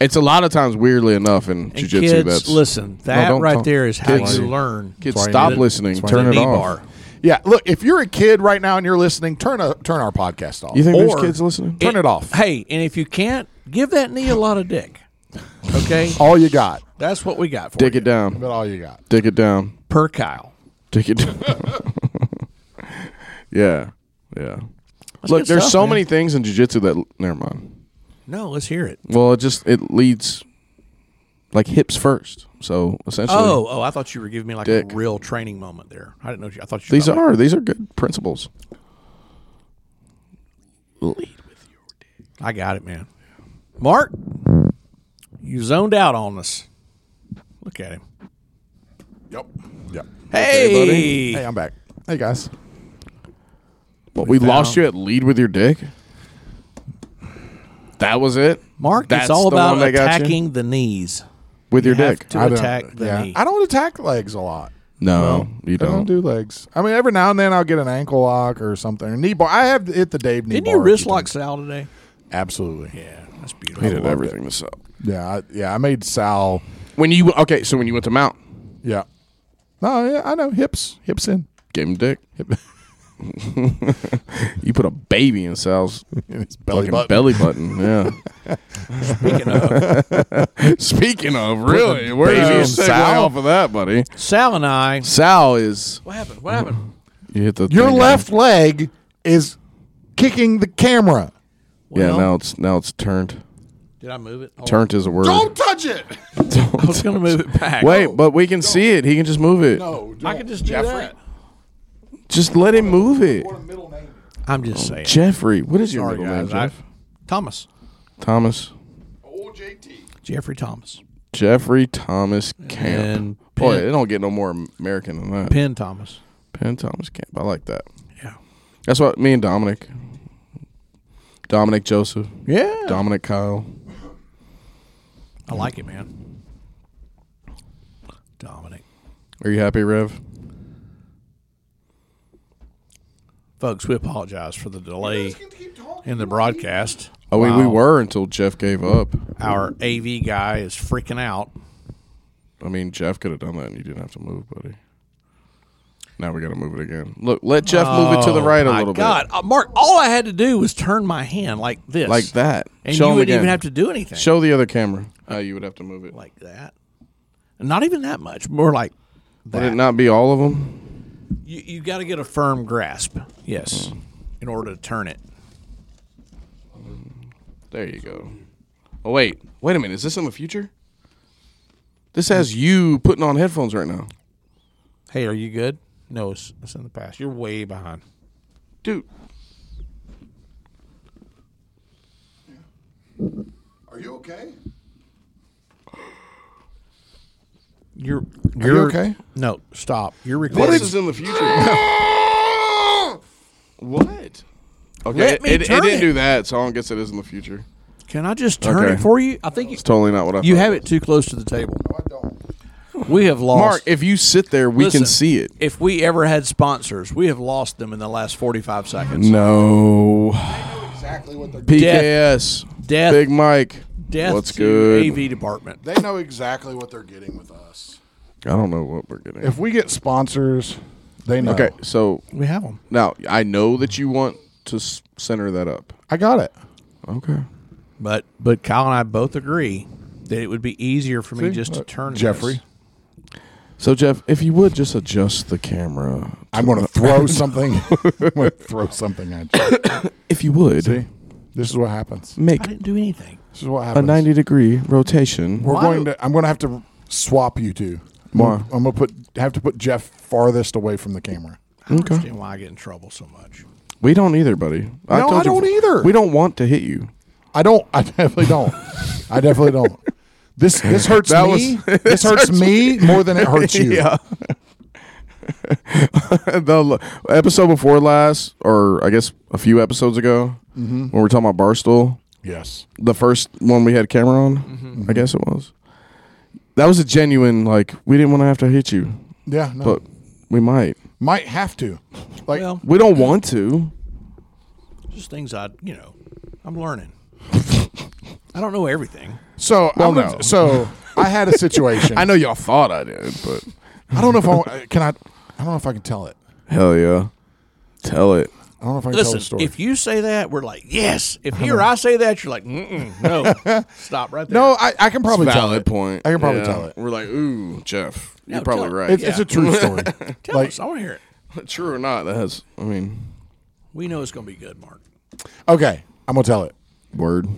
[SPEAKER 2] It's a lot of times, weirdly enough, in
[SPEAKER 3] And
[SPEAKER 2] jujitsu.
[SPEAKER 3] kids,
[SPEAKER 2] that's
[SPEAKER 3] listen, that
[SPEAKER 2] don't
[SPEAKER 3] right
[SPEAKER 2] talk.
[SPEAKER 3] there is how
[SPEAKER 2] Kids-
[SPEAKER 3] you learn.
[SPEAKER 2] Kids,
[SPEAKER 1] That's why
[SPEAKER 2] stop
[SPEAKER 1] you-
[SPEAKER 2] listening.
[SPEAKER 1] that's why
[SPEAKER 2] Turn
[SPEAKER 1] you
[SPEAKER 2] it
[SPEAKER 3] knee
[SPEAKER 2] off.
[SPEAKER 3] bar.
[SPEAKER 1] Yeah, look, if you're a kid right now and you're listening, turn a turn our podcast off.
[SPEAKER 2] You think
[SPEAKER 3] Or-
[SPEAKER 2] there's kids listening?
[SPEAKER 1] turn it, off.
[SPEAKER 3] Hey, and if you can't, give that knee a lot of dick. Okay?
[SPEAKER 1] All you got.
[SPEAKER 3] That's what we got for
[SPEAKER 2] Dick
[SPEAKER 3] you.
[SPEAKER 2] it down.
[SPEAKER 1] But all you got.
[SPEAKER 2] Dick it down.
[SPEAKER 3] Per Kyle.
[SPEAKER 2] Dick it down. yeah, yeah. Look,
[SPEAKER 3] good
[SPEAKER 2] there's
[SPEAKER 3] stuff,
[SPEAKER 2] so
[SPEAKER 3] man.
[SPEAKER 2] many things in jujitsu that. Never mind.
[SPEAKER 3] No, let's hear it.
[SPEAKER 2] Well, it just it leads like hips first. So essentially,
[SPEAKER 3] Oh, oh, I thought you were giving me like
[SPEAKER 2] Dick.
[SPEAKER 3] a real training moment there. I didn't know you. I thought you
[SPEAKER 2] These
[SPEAKER 3] thought-
[SPEAKER 2] are these are good principles.
[SPEAKER 3] I got it, man. Mark, you zoned out on us. Look at him.
[SPEAKER 1] Yep. Yep.
[SPEAKER 3] Hey,
[SPEAKER 2] buddy.
[SPEAKER 1] Hey, I'm back. Hey guys.
[SPEAKER 2] But we lost you at lead with your dick. That was it,
[SPEAKER 3] Mark,
[SPEAKER 2] That's
[SPEAKER 3] it's all
[SPEAKER 2] the
[SPEAKER 3] about
[SPEAKER 2] one that got you?
[SPEAKER 3] attacking the knees.
[SPEAKER 2] with your
[SPEAKER 3] have
[SPEAKER 2] dick.
[SPEAKER 3] to-
[SPEAKER 1] I don't-
[SPEAKER 3] attack the knee.
[SPEAKER 1] I don't attack legs a lot.
[SPEAKER 2] No, you
[SPEAKER 1] I don't
[SPEAKER 2] don't.
[SPEAKER 1] do legs. I mean, every now and then I'll get an ankle lock or something. Knee bar. I have hit the Dave knee
[SPEAKER 3] Didn't
[SPEAKER 1] bar.
[SPEAKER 3] you
[SPEAKER 1] a
[SPEAKER 3] wrist
[SPEAKER 1] few
[SPEAKER 3] lock
[SPEAKER 1] times.
[SPEAKER 3] Sal today?
[SPEAKER 1] Absolutely.
[SPEAKER 3] Yeah, that's
[SPEAKER 2] He
[SPEAKER 3] beautiful.
[SPEAKER 2] did everything to sell.
[SPEAKER 1] Yeah. I, yeah. I made Sal.
[SPEAKER 2] When you okay, so when you went to Mount,
[SPEAKER 1] Yeah. No. Yeah. I know. Hips. Hips in.
[SPEAKER 2] gave him dick.
[SPEAKER 1] Hip,
[SPEAKER 2] You put a baby in Sal's
[SPEAKER 1] in his
[SPEAKER 2] belly
[SPEAKER 1] belly button.
[SPEAKER 2] belly button. Yeah.
[SPEAKER 3] Speaking of,
[SPEAKER 2] Speaking of, really,
[SPEAKER 1] a
[SPEAKER 2] where
[SPEAKER 1] baby in
[SPEAKER 2] did you segue
[SPEAKER 1] Sal?
[SPEAKER 2] off of that, buddy?
[SPEAKER 3] Sal and I.
[SPEAKER 2] Sal is
[SPEAKER 3] What happened? What happened?
[SPEAKER 2] you hit the
[SPEAKER 1] Your
[SPEAKER 2] thing on-
[SPEAKER 1] left leg is kicking the camera.
[SPEAKER 2] Yeah,
[SPEAKER 3] Well-
[SPEAKER 2] now it's now it's turned.
[SPEAKER 3] Did I move it? Hold
[SPEAKER 2] Turned is a word.
[SPEAKER 1] touch it.
[SPEAKER 3] on. I was going to move it back.
[SPEAKER 2] Wait, but we can see it. He can just move it.
[SPEAKER 1] No.
[SPEAKER 3] I could just do that.
[SPEAKER 2] Just let him move it.
[SPEAKER 1] middle name.
[SPEAKER 3] I'm just saying.
[SPEAKER 2] Jeffrey, what is your
[SPEAKER 3] Sorry,
[SPEAKER 2] middle name,
[SPEAKER 3] guys. I,
[SPEAKER 2] Jeff?
[SPEAKER 3] Thomas.
[SPEAKER 2] Thomas.
[SPEAKER 1] Old JT.
[SPEAKER 3] Jeffrey Thomas.
[SPEAKER 2] Jeffrey Thomas Camp.
[SPEAKER 3] And
[SPEAKER 2] Boy, it don't get no more American than that. Penn,
[SPEAKER 3] Penn Thomas.
[SPEAKER 2] Thomas Camp. I like that.
[SPEAKER 3] Yeah.
[SPEAKER 2] That's what me and Dominic. Dominic Joseph.
[SPEAKER 3] Yeah.
[SPEAKER 2] Dominic Kyle.
[SPEAKER 3] I like it, man. Dominic.
[SPEAKER 2] Are you happy, Rev?
[SPEAKER 3] Folks, we apologize for the delay in the broadcast.
[SPEAKER 2] Oh, we, we
[SPEAKER 3] Wow.
[SPEAKER 2] were until Jeff gave up.
[SPEAKER 3] Our AV guy is freaking out.
[SPEAKER 2] I mean, Jeff could have done that and you didn't have to move, buddy. Now we got to move it again. Look, let Jeff move it to the right a
[SPEAKER 3] Oh My
[SPEAKER 2] little
[SPEAKER 3] God, Uh, Mark, all I had to do was turn my hand like this,
[SPEAKER 2] bit. Like that.
[SPEAKER 3] and
[SPEAKER 2] Show
[SPEAKER 3] you
[SPEAKER 2] him
[SPEAKER 3] wouldn't
[SPEAKER 2] again.
[SPEAKER 3] even have to do anything.
[SPEAKER 2] Show the other camera how you would have to move it.
[SPEAKER 3] like that. Not even that much. More like
[SPEAKER 2] Would it
[SPEAKER 3] that.
[SPEAKER 2] not be all of them?
[SPEAKER 3] You you got to get a firm grasp. Yes, in order to turn it.
[SPEAKER 2] There you go. Oh wait, wait a minute. Is this in the future? This has you putting on headphones right now,
[SPEAKER 3] Hey, are you good? No, it's, it's in the past. You're way behind.
[SPEAKER 2] dude.
[SPEAKER 1] Are you okay?
[SPEAKER 3] You're
[SPEAKER 1] you okay?
[SPEAKER 3] No, stop. You're
[SPEAKER 2] What
[SPEAKER 3] recording.
[SPEAKER 2] this is in the future. what? Okay,
[SPEAKER 3] Let
[SPEAKER 2] it,
[SPEAKER 3] me
[SPEAKER 2] it, it
[SPEAKER 3] turn
[SPEAKER 2] didn't
[SPEAKER 3] it.
[SPEAKER 2] do that, so I don't guess it is in the future.
[SPEAKER 3] Can I just turn
[SPEAKER 2] Okay.
[SPEAKER 3] it for you? I think you,
[SPEAKER 2] It's totally not what I.
[SPEAKER 3] you
[SPEAKER 2] thought.
[SPEAKER 3] have it too close to the table.
[SPEAKER 1] I don't.
[SPEAKER 3] We have lost.
[SPEAKER 2] Mark. If you sit there, we
[SPEAKER 3] Listen,
[SPEAKER 2] can see it.
[SPEAKER 3] If we ever had sponsors, we have lost them in the last 45 seconds.
[SPEAKER 2] No.
[SPEAKER 1] Exactly what they're.
[SPEAKER 2] PKS.
[SPEAKER 3] Death.
[SPEAKER 2] Big Mike.
[SPEAKER 3] Death
[SPEAKER 2] What's
[SPEAKER 3] to
[SPEAKER 2] good?
[SPEAKER 3] AV department.
[SPEAKER 1] They know exactly what they're getting with us.
[SPEAKER 2] I don't know what we're getting.
[SPEAKER 1] If we get sponsors, they know.
[SPEAKER 2] okay, so
[SPEAKER 3] We have them.
[SPEAKER 2] now I know that you want to s- center that up.
[SPEAKER 1] I got it.
[SPEAKER 2] Okay.
[SPEAKER 3] But but Kyle and I both agree that it would be easier for me just to turn this.
[SPEAKER 1] uh, Jeffrey.
[SPEAKER 2] So Jeff, if you would just adjust the camera,
[SPEAKER 1] I'm going to throw something. I'm going to throw something at you.
[SPEAKER 2] if you would
[SPEAKER 1] See, this is what happens.
[SPEAKER 2] make
[SPEAKER 3] I didn't do anything.
[SPEAKER 1] This is what
[SPEAKER 2] a
[SPEAKER 1] happens.
[SPEAKER 2] 90 degree rotation.
[SPEAKER 1] We're
[SPEAKER 3] Why
[SPEAKER 1] going
[SPEAKER 3] do-
[SPEAKER 1] to. I'm going to have to swap you two.
[SPEAKER 2] Why?
[SPEAKER 1] I'm going to put have to put Jeff farthest away from the camera.
[SPEAKER 3] I don't
[SPEAKER 2] Okay.
[SPEAKER 3] understand why I get in trouble so much.
[SPEAKER 2] We don't either, buddy.
[SPEAKER 1] No, I
[SPEAKER 2] you-
[SPEAKER 1] don't either.
[SPEAKER 2] We don't want to hit you.
[SPEAKER 1] I don't. I definitely don't. I definitely don't. This this hurts
[SPEAKER 2] That
[SPEAKER 1] me.
[SPEAKER 2] was-
[SPEAKER 1] this hurts me more than it hurts you.
[SPEAKER 2] the l- episode before last, or I guess a few episodes ago,
[SPEAKER 1] Mm-hmm.
[SPEAKER 2] when we were talking about Barstool,
[SPEAKER 1] Yes.
[SPEAKER 2] the first one we had camera on,
[SPEAKER 1] Mm-hmm.
[SPEAKER 2] I guess it was. That was a genuine like we didn't want to have to hit you,
[SPEAKER 1] Yeah. No.
[SPEAKER 2] but we might.
[SPEAKER 1] Might have to. Like
[SPEAKER 3] Well,
[SPEAKER 2] We don't want to.
[SPEAKER 3] just things I, you know, I'm learning. I don't know everything.
[SPEAKER 1] so. I'm
[SPEAKER 2] no.
[SPEAKER 1] gonna- So I had a situation.
[SPEAKER 2] I know y'all thought I did, but
[SPEAKER 1] I don't know if I wa- can. I. I don't know if I can tell it.
[SPEAKER 2] hell yeah, tell it.
[SPEAKER 1] I don't know if I can tell the
[SPEAKER 3] Listen,
[SPEAKER 1] story.
[SPEAKER 3] if you say that, we're like, yes. If he or I say that, you're like, Mm-mm, no, stop right there.
[SPEAKER 1] no, I, I can probably tell
[SPEAKER 2] valid
[SPEAKER 1] it.
[SPEAKER 2] point.
[SPEAKER 1] I can probably
[SPEAKER 2] Yeah.
[SPEAKER 1] tell it.
[SPEAKER 2] We're like, ooh, Jeff,
[SPEAKER 3] No,
[SPEAKER 2] you're probably
[SPEAKER 3] tell it.
[SPEAKER 2] right.
[SPEAKER 1] It's, it's a true story.
[SPEAKER 3] tell
[SPEAKER 1] like-
[SPEAKER 3] us. I want to hear it.
[SPEAKER 2] true or not. That's, I mean,
[SPEAKER 3] We know it's going to be good, Mark.
[SPEAKER 1] okay, I'm gonna tell it.
[SPEAKER 2] word.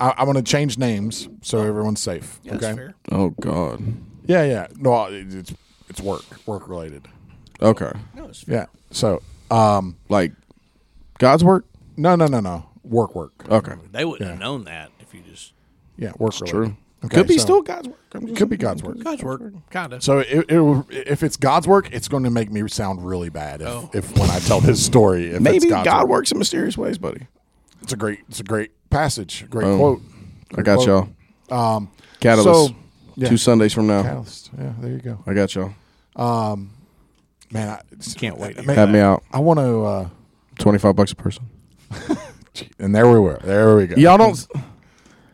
[SPEAKER 1] I, I'm gonna change names so everyone's safe.
[SPEAKER 3] Yeah,
[SPEAKER 1] okay.
[SPEAKER 3] That's fair.
[SPEAKER 2] Oh God.
[SPEAKER 1] Yeah, yeah. No, it- it's it's work, work related.
[SPEAKER 2] Okay.
[SPEAKER 3] No, it's fair.
[SPEAKER 1] Yeah. So, um,
[SPEAKER 2] Like God's work.
[SPEAKER 1] no, no, no, no. Work, work. Uh,
[SPEAKER 2] Okay.
[SPEAKER 3] They wouldn't have known that if you just.
[SPEAKER 1] Yeah, work related.
[SPEAKER 2] True.
[SPEAKER 1] Okay,
[SPEAKER 2] could be
[SPEAKER 1] so-
[SPEAKER 2] still God's work. I'm
[SPEAKER 1] It
[SPEAKER 2] just-
[SPEAKER 1] could be God's work.
[SPEAKER 3] God's work, kind of.
[SPEAKER 1] So it, it, if it's God's work, it's going to make me sound really bad if, if when I tell this story. If it's
[SPEAKER 2] Maybe
[SPEAKER 1] God's
[SPEAKER 2] God
[SPEAKER 1] work.
[SPEAKER 2] works in mysterious ways, buddy.
[SPEAKER 1] It's a great it's a great passage, great quote.
[SPEAKER 2] I got y'all.
[SPEAKER 1] Quote. Um,
[SPEAKER 2] Catalyst.
[SPEAKER 1] So, yeah.
[SPEAKER 2] Two Sundays from now.
[SPEAKER 1] Catalyst. Yeah, there you go,
[SPEAKER 2] I got y'all.
[SPEAKER 1] man. I
[SPEAKER 3] Can't wait to
[SPEAKER 1] Man,
[SPEAKER 2] Have me out.
[SPEAKER 1] I want to. Uh,
[SPEAKER 2] Twenty five bucks a person.
[SPEAKER 1] and there we were. There we go.
[SPEAKER 2] Y'all don't.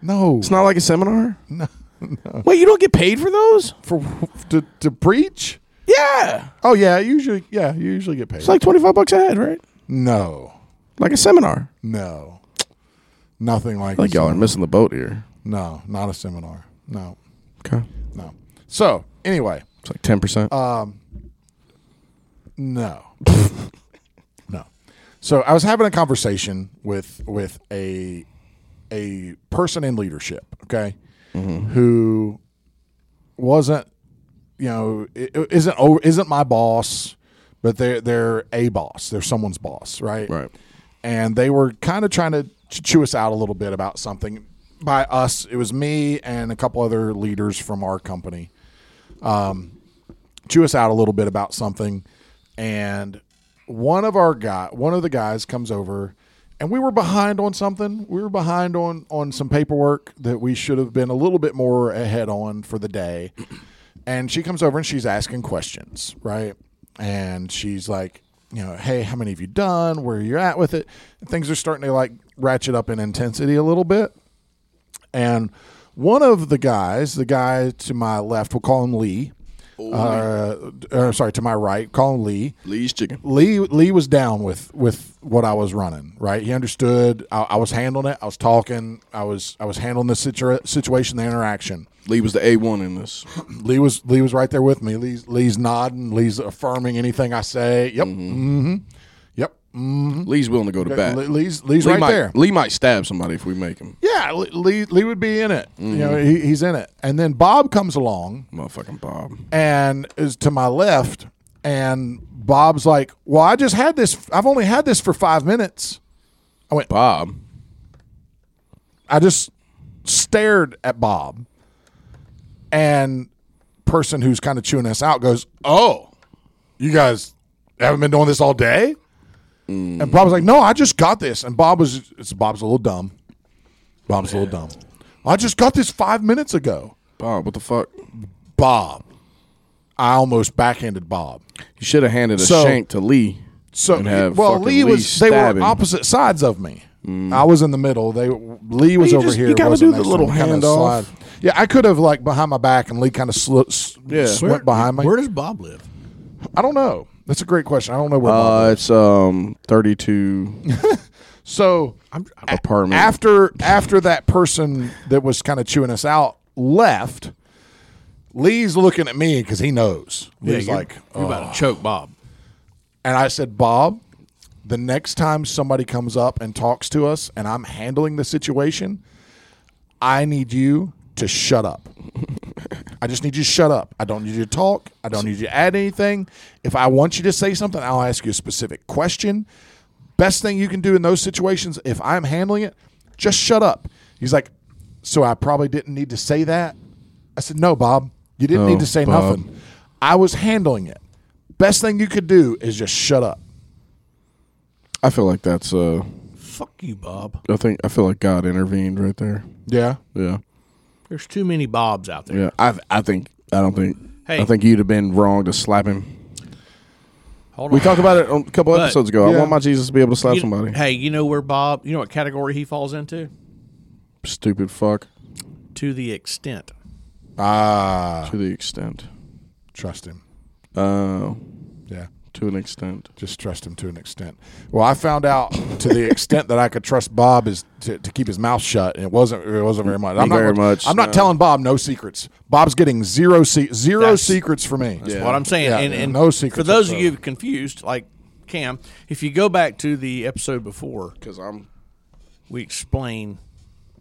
[SPEAKER 1] No,
[SPEAKER 2] It's not like a seminar. No. Wait, you don't get paid for those?
[SPEAKER 1] for to, to preach.
[SPEAKER 2] Yeah.
[SPEAKER 1] Oh yeah, usually yeah, you usually get paid.
[SPEAKER 2] It's like twenty five bucks a head, right?
[SPEAKER 1] no,
[SPEAKER 2] Like a seminar.
[SPEAKER 1] no, nothing like.
[SPEAKER 2] I think
[SPEAKER 1] a
[SPEAKER 2] y'all are
[SPEAKER 1] seminar.
[SPEAKER 2] missing the boat here.
[SPEAKER 1] No, not a seminar. No,
[SPEAKER 2] Okay.
[SPEAKER 1] no. So anyway,
[SPEAKER 2] It's like ten percent.
[SPEAKER 1] no, no. So I was having a conversation with with a a person in leadership, okay, who wasn't you know i- i- isn't over, isn't my boss, but they're they're a boss. They're someone's boss, right?
[SPEAKER 2] Right.
[SPEAKER 1] And they were kind of trying to ch- chew us out a little bit about something. By us, it was me and a couple other leaders from our company. chew us out a little bit about something. And one of our guy, one of the guys comes over and we were behind on something. We were behind on on some paperwork that we should have been a little bit more ahead on for the day. And she comes over and she's asking questions, right? And she's like, you know, hey, how many have you done? Where are you at with it? And things are starting to like ratchet up in intensity a little bit. And one of the guys, the guy to my left, we'll call him Lee. Uh, or sorry, to my right, call him Lee.
[SPEAKER 2] Lee's chicken.
[SPEAKER 1] Lee Lee was down with with what I was running. Right, he understood. I, I was handling it. I was talking. I was I was handling the situa- situation, the interaction.
[SPEAKER 2] Lee was the A one in this.
[SPEAKER 1] Lee was Lee was right there with me. Lee's Lee's nodding. Lee's affirming anything I say. Yep.
[SPEAKER 2] Mm-hmm.
[SPEAKER 1] hmm Yep.
[SPEAKER 2] Lee's willing to go to bat.
[SPEAKER 1] Lee- Lee's Lee's
[SPEAKER 2] Lee
[SPEAKER 1] right
[SPEAKER 2] might,
[SPEAKER 1] there.
[SPEAKER 2] Lee might stab somebody if we make him.
[SPEAKER 1] Yeah, Lee- Lee Lee would be in it. You know,
[SPEAKER 2] Mm-hmm.
[SPEAKER 1] he, he's in it. And then Bob comes along
[SPEAKER 2] Motherfucking Bob.
[SPEAKER 1] and is to my left, and Bob's like, "Well, I just had this. I've only had this for five minutes."
[SPEAKER 2] Bob.
[SPEAKER 1] I just stared at Bob, and person who's kind of chewing us out goes, "Oh, you guys haven't been doing this all day." And Bob was like, "No, I just got this." And Bob was, it's, Bob's a little dumb. Bob's a little dumb. I just got this five minutes ago,
[SPEAKER 2] Bob, what the fuck? You
[SPEAKER 1] Bob. I almost backhanded Bob.
[SPEAKER 2] should have handed a
[SPEAKER 1] So-
[SPEAKER 2] shank to Lee.
[SPEAKER 1] So
[SPEAKER 2] and have
[SPEAKER 1] well,
[SPEAKER 2] fucking
[SPEAKER 1] Lee was they
[SPEAKER 2] stab
[SPEAKER 1] were
[SPEAKER 2] him.
[SPEAKER 1] opposite sides of me. I was in the middle. They Lee was
[SPEAKER 2] You
[SPEAKER 1] over
[SPEAKER 2] just-
[SPEAKER 1] here.
[SPEAKER 2] you gotta
[SPEAKER 1] was
[SPEAKER 2] do the
[SPEAKER 1] next to
[SPEAKER 2] little
[SPEAKER 1] him, kinda
[SPEAKER 2] handoff.
[SPEAKER 1] slide. Yeah, I could have like behind my back, and Lee kind of sl- s-
[SPEAKER 2] Yeah.
[SPEAKER 1] s- went behind me.
[SPEAKER 3] Where does Bob live?
[SPEAKER 1] I don't know. That's a great question. I don't know where. Bob-
[SPEAKER 2] Uh, it's um thirty two
[SPEAKER 1] so
[SPEAKER 3] I'm, I,
[SPEAKER 2] apartment.
[SPEAKER 1] after after that person that was kind of chewing us out left, Lee's looking at me because he knows. Lee's
[SPEAKER 3] you're-
[SPEAKER 1] like,
[SPEAKER 3] you're about to choke Bob.
[SPEAKER 1] And I said, Bob, the next time somebody comes up and talks to us and I'm handling the situation, I need you to shut up. I just need you to shut up. I don't need you to talk. I don't need you to add anything. If I want you to say something, I'll ask you a specific question. Best thing you can do in those situations, if I'm handling it, just shut up. He's like, So I probably didn't need to say that. I said, No, Bob, you didn't
[SPEAKER 2] No,
[SPEAKER 1] need to say
[SPEAKER 2] Bob.
[SPEAKER 1] nothing. I was handling it. Best thing you could do is just shut up.
[SPEAKER 2] I feel like that's uh
[SPEAKER 3] Fuck you, Bob.
[SPEAKER 2] I think I feel like God intervened right there.
[SPEAKER 1] Yeah.
[SPEAKER 2] Yeah.
[SPEAKER 3] There's too many Bobs out there.
[SPEAKER 2] Yeah. I I think I don't think
[SPEAKER 3] Hey.
[SPEAKER 2] I think you'd have been wrong to slap him.
[SPEAKER 3] Hold on.
[SPEAKER 2] We talked about it on a couple
[SPEAKER 3] But-
[SPEAKER 2] episodes ago.
[SPEAKER 1] Yeah.
[SPEAKER 2] I want my Jesus to be able to slap
[SPEAKER 3] You-
[SPEAKER 2] somebody.
[SPEAKER 3] Hey, you know where Bob? You know what category he falls into?
[SPEAKER 2] Stupid fuck.
[SPEAKER 3] To the extent.
[SPEAKER 1] Ah,
[SPEAKER 2] To the extent.
[SPEAKER 1] trust him.
[SPEAKER 2] Uh
[SPEAKER 1] Yeah,
[SPEAKER 2] to an extent.
[SPEAKER 1] just trust him to an extent. Well, I found out to the extent that I could trust Bob is to, to keep his mouth shut, and it wasn't it wasn't very much. I'm not
[SPEAKER 2] Very
[SPEAKER 1] gonna-
[SPEAKER 2] much,
[SPEAKER 1] I'm not
[SPEAKER 2] no.
[SPEAKER 1] telling Bob no secrets. Bob's getting zero se- zero
[SPEAKER 3] That's-
[SPEAKER 1] secrets for me.
[SPEAKER 2] Yeah.
[SPEAKER 3] What I'm saying,
[SPEAKER 1] Yeah,
[SPEAKER 3] and,
[SPEAKER 1] yeah,
[SPEAKER 3] and
[SPEAKER 1] no secrets
[SPEAKER 3] for those of
[SPEAKER 1] whatsoever.
[SPEAKER 3] you confused, like Cam, if you go back to the episode before,
[SPEAKER 2] Because I'm
[SPEAKER 3] we explain.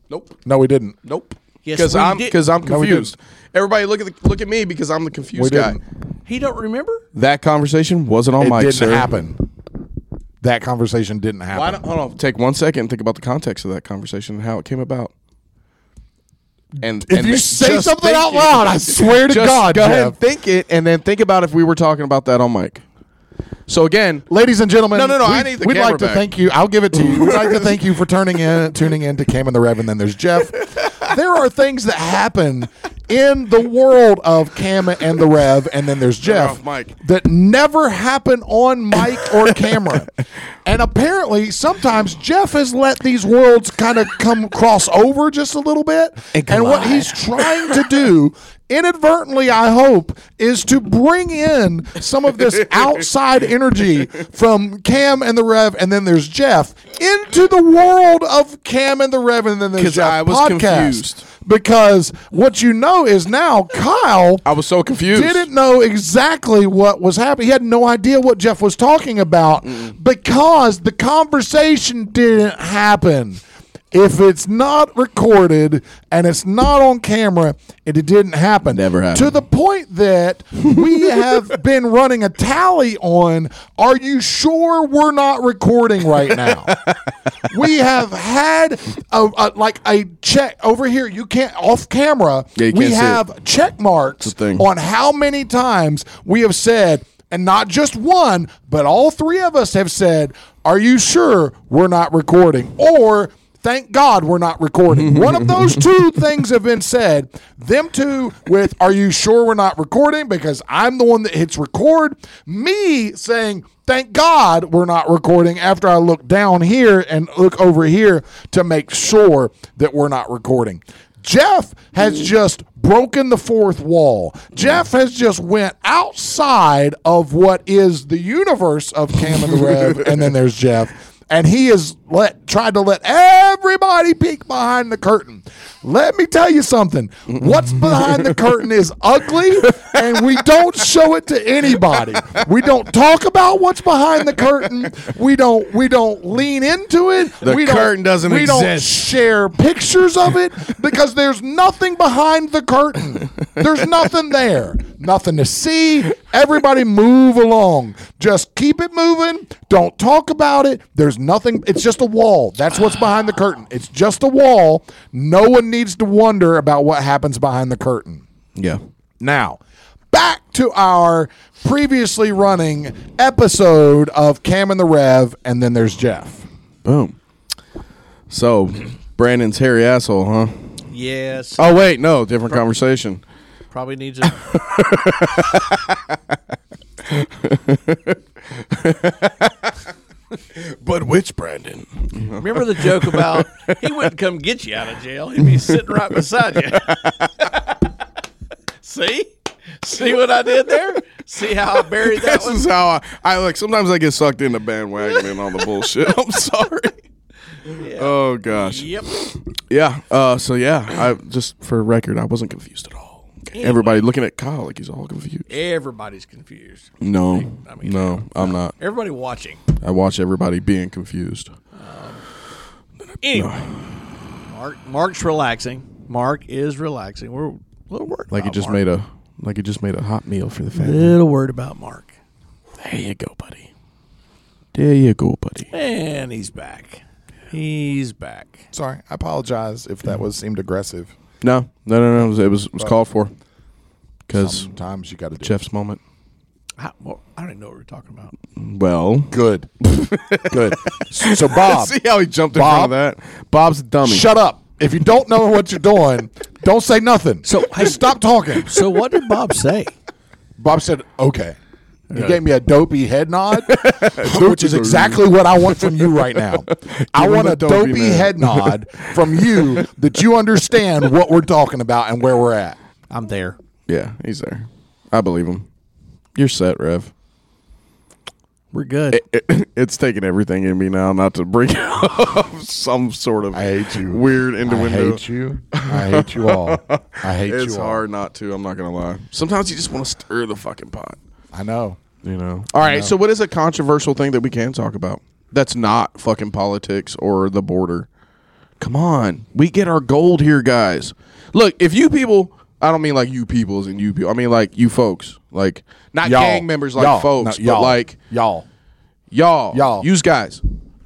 [SPEAKER 2] nope.
[SPEAKER 1] No, we didn't.
[SPEAKER 2] Nope.
[SPEAKER 3] Yes,
[SPEAKER 2] Because
[SPEAKER 3] we
[SPEAKER 2] I'm
[SPEAKER 3] did.
[SPEAKER 2] because I'm
[SPEAKER 1] No, we
[SPEAKER 2] confused. Everybody, look at the, look at me because I'm the confused
[SPEAKER 1] We
[SPEAKER 2] guy.
[SPEAKER 1] didn't.
[SPEAKER 3] He don't remember?
[SPEAKER 2] That conversation wasn't on
[SPEAKER 1] It
[SPEAKER 2] mic,
[SPEAKER 1] didn't
[SPEAKER 2] sir.
[SPEAKER 1] happen. That conversation didn't happen.
[SPEAKER 2] Why don't, hold on. Take one second and think about the context of that conversation and how it came about. And
[SPEAKER 1] if
[SPEAKER 2] and
[SPEAKER 1] you
[SPEAKER 2] th-
[SPEAKER 1] say
[SPEAKER 2] just
[SPEAKER 1] something
[SPEAKER 2] think
[SPEAKER 1] out
[SPEAKER 2] it.
[SPEAKER 1] loud, I swear to
[SPEAKER 2] Just
[SPEAKER 1] God,
[SPEAKER 2] go ahead and
[SPEAKER 1] Jeff.
[SPEAKER 2] think it, and then think about if we were talking about that on mic. So again,
[SPEAKER 1] Ladies and gentlemen,
[SPEAKER 2] No, no, no,
[SPEAKER 1] we,
[SPEAKER 2] I need the
[SPEAKER 1] We'd
[SPEAKER 2] camera
[SPEAKER 1] like to
[SPEAKER 2] back.
[SPEAKER 1] thank you. I'll give it to you. We'd like to thank you for turning in, tuning in to Cam and the Rev, and then there's Jeff. There are things that happen in the world of Cam and the Rev, and then there's Jeff
[SPEAKER 2] off mic.
[SPEAKER 1] that never happen on mic or camera. and apparently, sometimes Jeff has let these worlds kind of come cross over just a little bit. And, what he's trying to do, inadvertently, I hope, is to bring in some of this outside energy from Cam and the Rev, and then there's Jeff into the world of Cam and the Rev, and then there's
[SPEAKER 2] 'Cause
[SPEAKER 1] Jeff
[SPEAKER 2] I was
[SPEAKER 1] podcast.
[SPEAKER 2] confused.
[SPEAKER 1] Because what you know is now Kyle
[SPEAKER 2] I was so confused.
[SPEAKER 1] didn't know exactly what was happening. He had no idea what Jeff was talking about because the conversation didn't happen. If it's not recorded and it's not on camera, it, it didn't happen.
[SPEAKER 2] Never happened.
[SPEAKER 1] To the point that we have been running a tally on are you sure we're not recording right now? we have had a, a- like a check over here. You can't off camera.
[SPEAKER 2] Yeah, you
[SPEAKER 1] we
[SPEAKER 2] can't see it.
[SPEAKER 1] have check marks
[SPEAKER 2] It's a thing.
[SPEAKER 1] on how many times we have said, and not just one, but all three of us have said, Are you sure we're not recording? Or Thank God we're not recording. One of those two things have been said. Them two with Are you sure we're not recording? Because I'm the one that hits record. Me saying, Thank God we're not recording after I look down here and look over here to make sure that we're not recording. Jeff has just broken the fourth wall. Jeff has just went outside of what is the universe of Cam and the Rev, and then there's Jeff, and he has let tried to let everybody peek behind the curtain. Let me tell you something. What's behind the curtain is ugly, and we don't show it to anybody. We don't talk about what's behind the curtain. We don't. We don't lean into it.
[SPEAKER 2] The
[SPEAKER 1] we
[SPEAKER 2] curtain
[SPEAKER 1] don't,
[SPEAKER 2] doesn't
[SPEAKER 1] we Don't
[SPEAKER 2] exist.
[SPEAKER 1] share pictures of it because there's nothing behind the curtain. There's nothing there. Nothing to see. Everybody move along. Just keep it moving. Don't talk about it. There's nothing. It's just a wall. That's what's behind the curtain. It's just a wall. No one needs to wonder about what happens behind the curtain.
[SPEAKER 2] Yeah.
[SPEAKER 1] Now, back to our previously running episode of Cam and the Rev, and then there's Jeff.
[SPEAKER 2] Boom. So, Brandon's hairy asshole, huh?
[SPEAKER 3] Yes.
[SPEAKER 2] Oh wait, no, different conversation.
[SPEAKER 3] Probably needs a
[SPEAKER 2] But which Brandon?
[SPEAKER 3] Remember the joke about he wouldn't come get you out of jail. He'd be sitting right beside you. See? See what I did there? See how I buried that
[SPEAKER 2] This
[SPEAKER 3] one?
[SPEAKER 2] is how I, I like. Sometimes I get sucked into bandwagon and all the bullshit. I'm sorry. Oh gosh.
[SPEAKER 3] Yep.
[SPEAKER 2] Yeah. Uh, so yeah, I just for record, I wasn't confused at all. Everybody looking at Kyle like he's all confused.
[SPEAKER 3] Everybody's confused.
[SPEAKER 2] No, no, I'm not.
[SPEAKER 3] Everybody watching.
[SPEAKER 2] I watch everybody being confused.
[SPEAKER 3] Anyway. Mark Mark's relaxing. Mark is relaxing. We're a little worried
[SPEAKER 2] Like he
[SPEAKER 3] about
[SPEAKER 2] just
[SPEAKER 3] Mark.
[SPEAKER 2] made a like he just made a hot meal for the
[SPEAKER 3] a
[SPEAKER 2] family.
[SPEAKER 3] little worried about Mark.
[SPEAKER 2] There you go, buddy. There you go, buddy.
[SPEAKER 3] And he's back. He's back.
[SPEAKER 1] Sorry, I apologize if that was seemed aggressive.
[SPEAKER 2] No, no, no, no. It was it was called for because
[SPEAKER 1] Sometimes you got to do
[SPEAKER 2] Jeff's moment.
[SPEAKER 3] I, well, I don't even know what we're talking about.
[SPEAKER 2] Well,
[SPEAKER 1] good. good. So Bob,
[SPEAKER 2] see how he jumped in
[SPEAKER 1] Bob?
[SPEAKER 2] front of that. Bob's a dummy.
[SPEAKER 1] shut up. If you don't know what you're doing, don't say nothing.
[SPEAKER 3] So-
[SPEAKER 1] Just stop talking.
[SPEAKER 3] So what did Bob say?
[SPEAKER 1] Bob said, "Okay." You gave me a dopey head nod, which is exactly what I want from you right now. I
[SPEAKER 2] him
[SPEAKER 1] want
[SPEAKER 2] a
[SPEAKER 1] a
[SPEAKER 2] dopey
[SPEAKER 1] dopey
[SPEAKER 2] man.
[SPEAKER 1] head nod from you that you understand what we're talking about and where we're at.
[SPEAKER 3] I'm there.
[SPEAKER 2] Yeah, he's there. I believe him. You're set, Rev.
[SPEAKER 3] We're good.
[SPEAKER 2] It, it's taking everything in me now not to bring up some sort of
[SPEAKER 1] I hate you.
[SPEAKER 2] weird innuendo.
[SPEAKER 1] you. I hate you all. I hate
[SPEAKER 2] It's
[SPEAKER 1] you all.
[SPEAKER 2] hard not to. I'm not gonna lie. Sometimes you just want to stir the fucking pot.
[SPEAKER 1] I know.
[SPEAKER 2] You know. All right. So what is a controversial thing that we can talk about? That's not fucking politics or the border. Come on, we get our gold here, guys. Look, if you people, I don't mean like you peoples and you people. I mean like you folks, like not
[SPEAKER 1] Y'all.
[SPEAKER 2] gang members, like
[SPEAKER 1] Y'all.
[SPEAKER 2] folks,
[SPEAKER 1] No, y'all.
[SPEAKER 2] but like
[SPEAKER 1] y'all.
[SPEAKER 2] y'all,
[SPEAKER 1] Y'all.
[SPEAKER 2] use guys.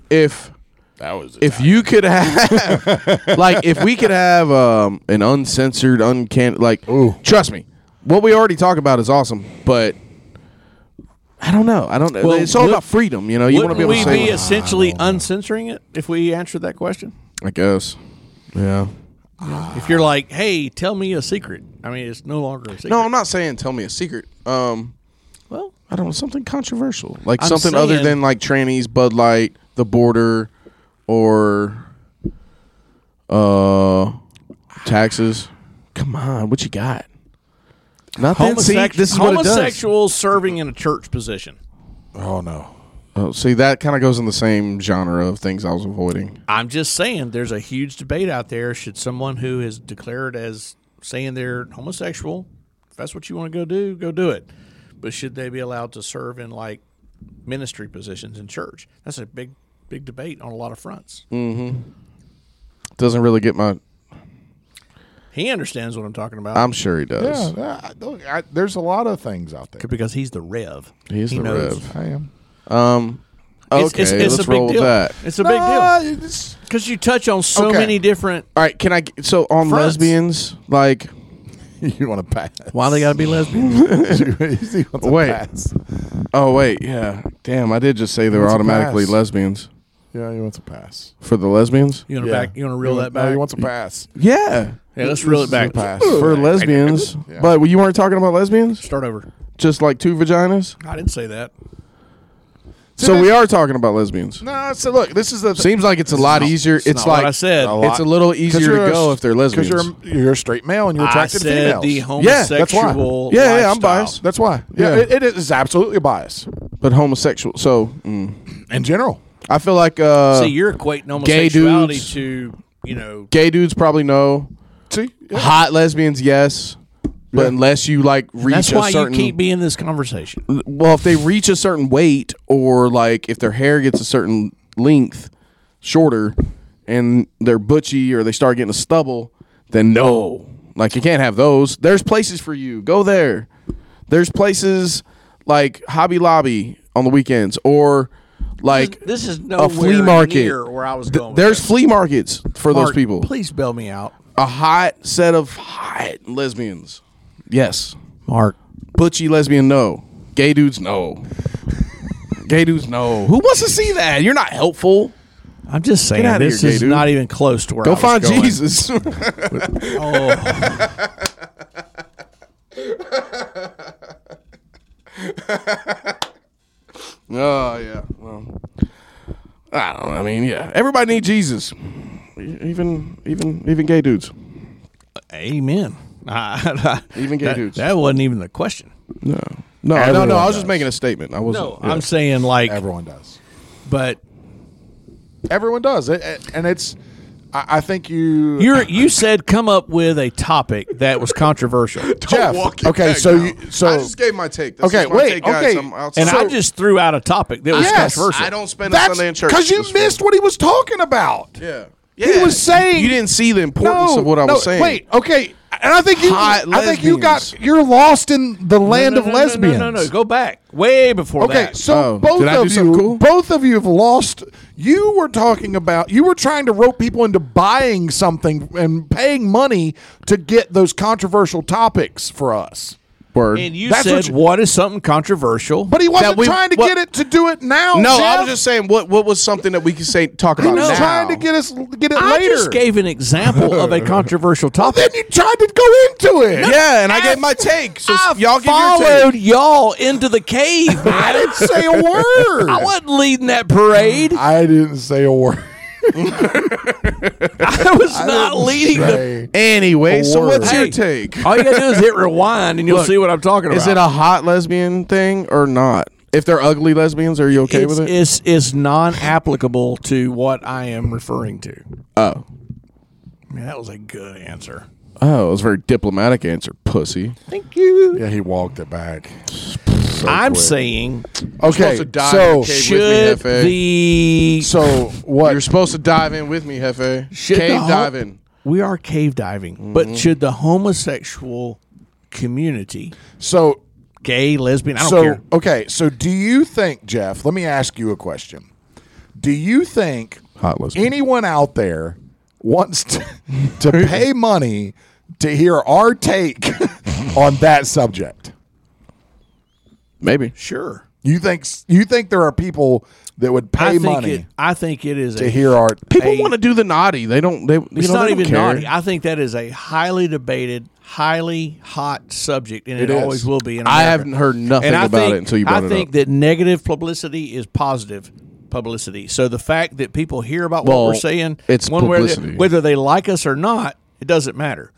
[SPEAKER 2] If
[SPEAKER 3] That was
[SPEAKER 2] if you could have like if we could have um an uncensored uncan like
[SPEAKER 1] Ooh.
[SPEAKER 2] trust me what we already talk about is awesome but i don't know i don't know
[SPEAKER 3] Well,
[SPEAKER 2] it's all
[SPEAKER 3] would-
[SPEAKER 2] about freedom you know you want to
[SPEAKER 3] Wouldn't
[SPEAKER 2] be able
[SPEAKER 3] we
[SPEAKER 2] to
[SPEAKER 3] be
[SPEAKER 2] say what-
[SPEAKER 3] essentially uncensoring it if we answered that question?
[SPEAKER 2] i guess yeah
[SPEAKER 3] If you're like, "Hey, tell me a secret," I mean, it's no longer a secret.
[SPEAKER 2] no i'm not saying tell me a secret um
[SPEAKER 3] well,
[SPEAKER 2] i don't know something controversial like
[SPEAKER 3] I'm
[SPEAKER 2] something other
[SPEAKER 3] saying-
[SPEAKER 2] than like trannies bud light the border or uh taxes come on what you got Nothing. See,
[SPEAKER 3] homosexual,
[SPEAKER 2] this is what it does.
[SPEAKER 3] homosexuals serving in a church position.
[SPEAKER 1] Oh no.
[SPEAKER 2] Oh, see, that kind of goes in the same genre of things I was avoiding.
[SPEAKER 3] I'm just saying, there's a huge debate out there. Should someone who is declared as saying they're homosexual, if that's what you want to go do, go do it. But should they be allowed to serve in like
[SPEAKER 2] Mm.
[SPEAKER 3] ministry positions in church? That's a big, big debate on a lot of fronts.
[SPEAKER 2] Doesn't really get my.
[SPEAKER 3] He understands what I'm talking about.
[SPEAKER 2] I'm sure he does.
[SPEAKER 1] Yeah, I- look, I, there's a lot of things out there.
[SPEAKER 3] because he's the Rev.
[SPEAKER 2] He is
[SPEAKER 3] He
[SPEAKER 2] the
[SPEAKER 3] knows.
[SPEAKER 2] rev.
[SPEAKER 1] I am.
[SPEAKER 2] Um, okay,
[SPEAKER 3] It's- it's, it's
[SPEAKER 2] let's
[SPEAKER 3] a big
[SPEAKER 2] roll
[SPEAKER 3] deal.
[SPEAKER 2] with that.
[SPEAKER 3] It's a big deal
[SPEAKER 1] Nah, it's-
[SPEAKER 3] because you touch on so
[SPEAKER 1] Okay.
[SPEAKER 3] many different.
[SPEAKER 2] All right, can I? g- So on
[SPEAKER 3] Fronts.
[SPEAKER 2] lesbians, like
[SPEAKER 1] you want to pass?
[SPEAKER 3] Why they got to be lesbian?
[SPEAKER 1] you want to
[SPEAKER 2] Wait.
[SPEAKER 1] Pass.
[SPEAKER 2] Oh wait, yeah. Damn, I did just say they were
[SPEAKER 1] What's a
[SPEAKER 2] automatically
[SPEAKER 1] pass?
[SPEAKER 2] lesbians
[SPEAKER 1] Yeah, he wants a pass.
[SPEAKER 2] for the lesbians.
[SPEAKER 3] You want to
[SPEAKER 1] Yeah.
[SPEAKER 3] back? You want to reel
[SPEAKER 1] He wa-
[SPEAKER 3] that back?
[SPEAKER 1] No, he wants a pass.
[SPEAKER 2] Yeah,
[SPEAKER 3] yeah, let's reel it back.
[SPEAKER 1] pass.
[SPEAKER 2] for lesbians.
[SPEAKER 1] Yeah.
[SPEAKER 2] But you weren't talking about lesbians,
[SPEAKER 3] Start over.
[SPEAKER 2] just like two vaginas.
[SPEAKER 3] I didn't say that.
[SPEAKER 2] So we are talking about lesbians.
[SPEAKER 1] No, so look, this is the
[SPEAKER 2] Seems like it's a lot
[SPEAKER 1] not-
[SPEAKER 2] easier. It's,
[SPEAKER 3] not
[SPEAKER 2] like
[SPEAKER 3] what I said.
[SPEAKER 1] A lot.
[SPEAKER 2] it's a little easier to go if they're lesbians.
[SPEAKER 1] Because you're, you're a straight male and you're
[SPEAKER 3] I
[SPEAKER 1] attracted to
[SPEAKER 3] said
[SPEAKER 1] females.
[SPEAKER 3] the
[SPEAKER 2] Yeah, that's why.
[SPEAKER 3] homosexual.
[SPEAKER 2] Yeah, yeah, I'm
[SPEAKER 3] lifestyle.
[SPEAKER 2] biased.
[SPEAKER 1] that's why. Yeah,
[SPEAKER 2] Yeah.
[SPEAKER 1] It, it is absolutely a bias
[SPEAKER 2] but homosexual. So mm.
[SPEAKER 1] in general.
[SPEAKER 2] I feel like uh,
[SPEAKER 3] See, you're equating
[SPEAKER 2] Gay
[SPEAKER 3] homosexuality
[SPEAKER 2] dudes.
[SPEAKER 3] to you know.
[SPEAKER 2] gay dudes probably know.
[SPEAKER 1] See, Yeah.
[SPEAKER 2] Hot lesbians, yes, but
[SPEAKER 1] Yeah.
[SPEAKER 2] unless you like reach
[SPEAKER 3] That's why
[SPEAKER 2] a certain
[SPEAKER 3] you keep me in this conversation.
[SPEAKER 2] well, if they reach a certain weight or like if their hair gets a certain length, shorter, and they're butchy or they start getting a stubble, then no, like you can't have those. There's places for you. Go there. There's places like Hobby Lobby on the weekends or like
[SPEAKER 3] This is nowhere
[SPEAKER 2] a flea market
[SPEAKER 3] near where I was
[SPEAKER 2] Th-
[SPEAKER 3] going. with
[SPEAKER 2] there's
[SPEAKER 3] this.
[SPEAKER 2] flea markets for those
[SPEAKER 3] Mark,
[SPEAKER 2] people.
[SPEAKER 3] Please bail me out,
[SPEAKER 2] A hot set of hot lesbians. Yes.
[SPEAKER 3] Mark.
[SPEAKER 2] Butchy lesbian, no. Gay dudes, no. Gay dudes, no. Who wants to see that? You're not helpful.
[SPEAKER 3] I'm just saying
[SPEAKER 2] outta
[SPEAKER 3] this
[SPEAKER 2] here, gay
[SPEAKER 3] is
[SPEAKER 2] dude.
[SPEAKER 3] not even close to where I
[SPEAKER 2] Go
[SPEAKER 3] was
[SPEAKER 2] find
[SPEAKER 3] going.
[SPEAKER 2] Jesus.
[SPEAKER 3] Oh,
[SPEAKER 2] oh yeah. Well, I don't. know. I mean, yeah. Everybody needs Jesus. E, Even even even gay dudes.
[SPEAKER 3] amen. I-
[SPEAKER 2] Even gay
[SPEAKER 3] that,
[SPEAKER 2] dudes.
[SPEAKER 3] That wasn't even the question.
[SPEAKER 2] No. No. no.
[SPEAKER 1] Everyone
[SPEAKER 2] No. I was
[SPEAKER 1] does.
[SPEAKER 2] just making a statement. I wasn't.
[SPEAKER 3] No,
[SPEAKER 2] yeah.
[SPEAKER 3] I'm saying like,
[SPEAKER 1] Everyone does.
[SPEAKER 3] but
[SPEAKER 1] Everyone does. It, it- and it's. I, I think you.
[SPEAKER 3] you you said come up with a topic that was controversial,
[SPEAKER 2] Don't
[SPEAKER 1] Jeff,
[SPEAKER 2] walk it
[SPEAKER 1] okay,
[SPEAKER 2] back
[SPEAKER 1] so
[SPEAKER 2] now.
[SPEAKER 1] you- so-
[SPEAKER 2] I just gave my take. This
[SPEAKER 1] Okay,
[SPEAKER 2] is my
[SPEAKER 1] wait,
[SPEAKER 2] Take, guys.
[SPEAKER 1] okay.
[SPEAKER 2] I'm outside.
[SPEAKER 3] and I
[SPEAKER 1] So-
[SPEAKER 3] just threw out a topic that was
[SPEAKER 1] Yes,
[SPEAKER 3] controversial.
[SPEAKER 2] I don't spend a
[SPEAKER 1] That's
[SPEAKER 2] Sunday in church.
[SPEAKER 1] because you
[SPEAKER 2] This
[SPEAKER 1] missed what he was talking about.
[SPEAKER 2] Yeah.
[SPEAKER 1] He was saying
[SPEAKER 2] you didn't see the importance
[SPEAKER 1] no,
[SPEAKER 2] of what I
[SPEAKER 1] no,
[SPEAKER 2] was saying.
[SPEAKER 1] Wait, okay, and I think you,
[SPEAKER 2] Hot
[SPEAKER 1] I think you got,
[SPEAKER 2] lesbians.
[SPEAKER 1] you're lost in the
[SPEAKER 3] No,
[SPEAKER 1] land
[SPEAKER 3] no,
[SPEAKER 1] of
[SPEAKER 3] no, no,
[SPEAKER 1] lesbians.
[SPEAKER 3] No, no, no, go back way before
[SPEAKER 1] Okay,
[SPEAKER 3] that.
[SPEAKER 1] so
[SPEAKER 2] Oh,
[SPEAKER 1] both
[SPEAKER 2] did I do
[SPEAKER 1] of you,
[SPEAKER 2] something cool?
[SPEAKER 1] both of you have lost. You were talking about, you were trying to rope people into buying something and paying money to get those controversial topics for us.
[SPEAKER 2] Word.
[SPEAKER 3] and you
[SPEAKER 1] that's
[SPEAKER 3] said
[SPEAKER 1] what you-
[SPEAKER 3] what is something controversial?
[SPEAKER 1] But he wasn't
[SPEAKER 2] we-
[SPEAKER 1] trying to
[SPEAKER 2] what-
[SPEAKER 1] get it to do it now.
[SPEAKER 2] no,
[SPEAKER 1] Jeff.
[SPEAKER 2] I was just saying what what was something that we could say talk
[SPEAKER 1] He
[SPEAKER 2] about
[SPEAKER 1] was
[SPEAKER 2] now.
[SPEAKER 1] trying to get us get it
[SPEAKER 3] I
[SPEAKER 1] later.
[SPEAKER 3] just gave an example of a controversial
[SPEAKER 1] then
[SPEAKER 3] topic.
[SPEAKER 1] you tried to go into it.
[SPEAKER 2] yeah, and I, gave my take. So
[SPEAKER 3] I
[SPEAKER 2] y'all give your
[SPEAKER 3] followed
[SPEAKER 2] take.
[SPEAKER 3] y'all into the cave. man.
[SPEAKER 1] I didn't say a word.
[SPEAKER 3] I wasn't leading that parade.
[SPEAKER 1] I didn't say a word.
[SPEAKER 3] I was not leading the.
[SPEAKER 1] Say-
[SPEAKER 2] Anyway, so what's
[SPEAKER 3] Hey,
[SPEAKER 2] your take?
[SPEAKER 3] All you gotta do is hit rewind, and you'll see what I'm talking about.
[SPEAKER 2] Is it a hot lesbian thing or not? If they're ugly lesbians, are you okay
[SPEAKER 3] it's,
[SPEAKER 2] with it?
[SPEAKER 3] It's, it's non-applicable to what I am referring to.
[SPEAKER 2] oh,
[SPEAKER 3] Man, that was a good answer.
[SPEAKER 2] oh, it was a very diplomatic answer, pussy.
[SPEAKER 3] Thank you.
[SPEAKER 1] Yeah, he walked it back.
[SPEAKER 3] I'm saying,
[SPEAKER 1] Okay,
[SPEAKER 2] supposed to die
[SPEAKER 1] so
[SPEAKER 2] in a cave. With me,
[SPEAKER 3] should
[SPEAKER 2] Hefe.
[SPEAKER 3] the
[SPEAKER 1] so what?
[SPEAKER 2] You're supposed to dive in with me, Hefe.
[SPEAKER 3] Should
[SPEAKER 2] Cave
[SPEAKER 3] the ho-
[SPEAKER 2] diving. Mm-hmm.
[SPEAKER 3] we are cave diving, but should the homosexual community,
[SPEAKER 1] so
[SPEAKER 3] gay, lesbian, I don't
[SPEAKER 1] so
[SPEAKER 3] care.
[SPEAKER 1] okay. So do you think, Jeff? Let me ask you a question. Do you think
[SPEAKER 2] Hot lesbian.
[SPEAKER 1] anyone out there wants to, to pay money to hear our take on that subject?
[SPEAKER 2] Maybe.
[SPEAKER 3] Sure,
[SPEAKER 1] You think you think there are people that would
[SPEAKER 3] I
[SPEAKER 1] pay
[SPEAKER 3] think
[SPEAKER 1] money
[SPEAKER 3] it. I think it is
[SPEAKER 1] to
[SPEAKER 3] a
[SPEAKER 1] hear our
[SPEAKER 2] People
[SPEAKER 3] Hey.
[SPEAKER 2] want to do the naughty. They don't. They. you
[SPEAKER 3] It's
[SPEAKER 2] know,
[SPEAKER 3] not
[SPEAKER 2] they don't
[SPEAKER 3] even
[SPEAKER 2] care.
[SPEAKER 3] naughty. I think that is a highly debated, highly hot subject, and it,
[SPEAKER 1] It is.
[SPEAKER 3] always will be. In
[SPEAKER 2] I
[SPEAKER 3] America.
[SPEAKER 2] haven't heard nothing
[SPEAKER 3] And I
[SPEAKER 2] about
[SPEAKER 3] think-
[SPEAKER 2] it until you
[SPEAKER 3] I
[SPEAKER 2] brought it
[SPEAKER 3] think
[SPEAKER 2] up.
[SPEAKER 3] that negative publicity is positive publicity. So the fact that people hear about what
[SPEAKER 2] Well,
[SPEAKER 3] we're saying,
[SPEAKER 2] it's
[SPEAKER 3] one way or the-
[SPEAKER 2] publicity.
[SPEAKER 3] whether they like us or not, it doesn't matter.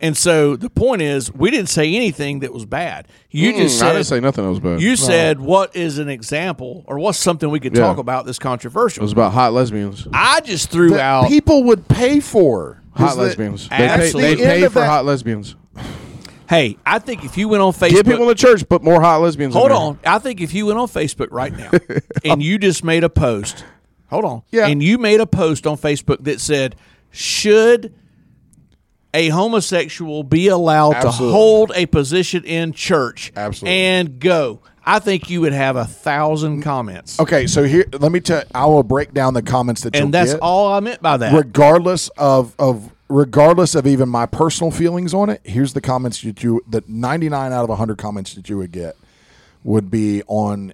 [SPEAKER 3] And so the point is, we didn't say anything that was bad. You
[SPEAKER 2] Mm,
[SPEAKER 3] just
[SPEAKER 2] I
[SPEAKER 3] said
[SPEAKER 2] didn't say nothing. That was bad.
[SPEAKER 3] you said what is an example or what's something we could
[SPEAKER 2] Yeah.
[SPEAKER 3] talk about that's
[SPEAKER 2] It
[SPEAKER 3] controversial.
[SPEAKER 2] was about hot lesbians.
[SPEAKER 3] I just threw
[SPEAKER 1] that
[SPEAKER 3] out
[SPEAKER 1] people would pay for
[SPEAKER 2] Hot
[SPEAKER 1] Is that-
[SPEAKER 2] lesbians. They pay,
[SPEAKER 3] Absolutely.
[SPEAKER 2] they
[SPEAKER 1] That's the
[SPEAKER 2] pay
[SPEAKER 1] end of
[SPEAKER 2] for
[SPEAKER 1] that-
[SPEAKER 2] hot lesbians.
[SPEAKER 3] Hey, I think if you went on Facebook,
[SPEAKER 2] Get people in the church, put more hot lesbians. in
[SPEAKER 3] hold
[SPEAKER 2] there.
[SPEAKER 3] on. I think if you went on Facebook right now and you just made a post, hold on,
[SPEAKER 1] Yeah.
[SPEAKER 3] and you made a post on Facebook that said Should a homosexual be allowed
[SPEAKER 1] Absolutely.
[SPEAKER 3] to hold a position in church?
[SPEAKER 1] Absolutely.
[SPEAKER 3] And go. I think you would have a thousand comments.
[SPEAKER 1] Okay, so here, let me tell. I will break down the comments that you'll
[SPEAKER 3] And that's
[SPEAKER 1] get.
[SPEAKER 3] all I meant by that.
[SPEAKER 1] regardless of of regardless of even my personal feelings on it here's the comments that you that 99 out of 100 comments that you would get would be on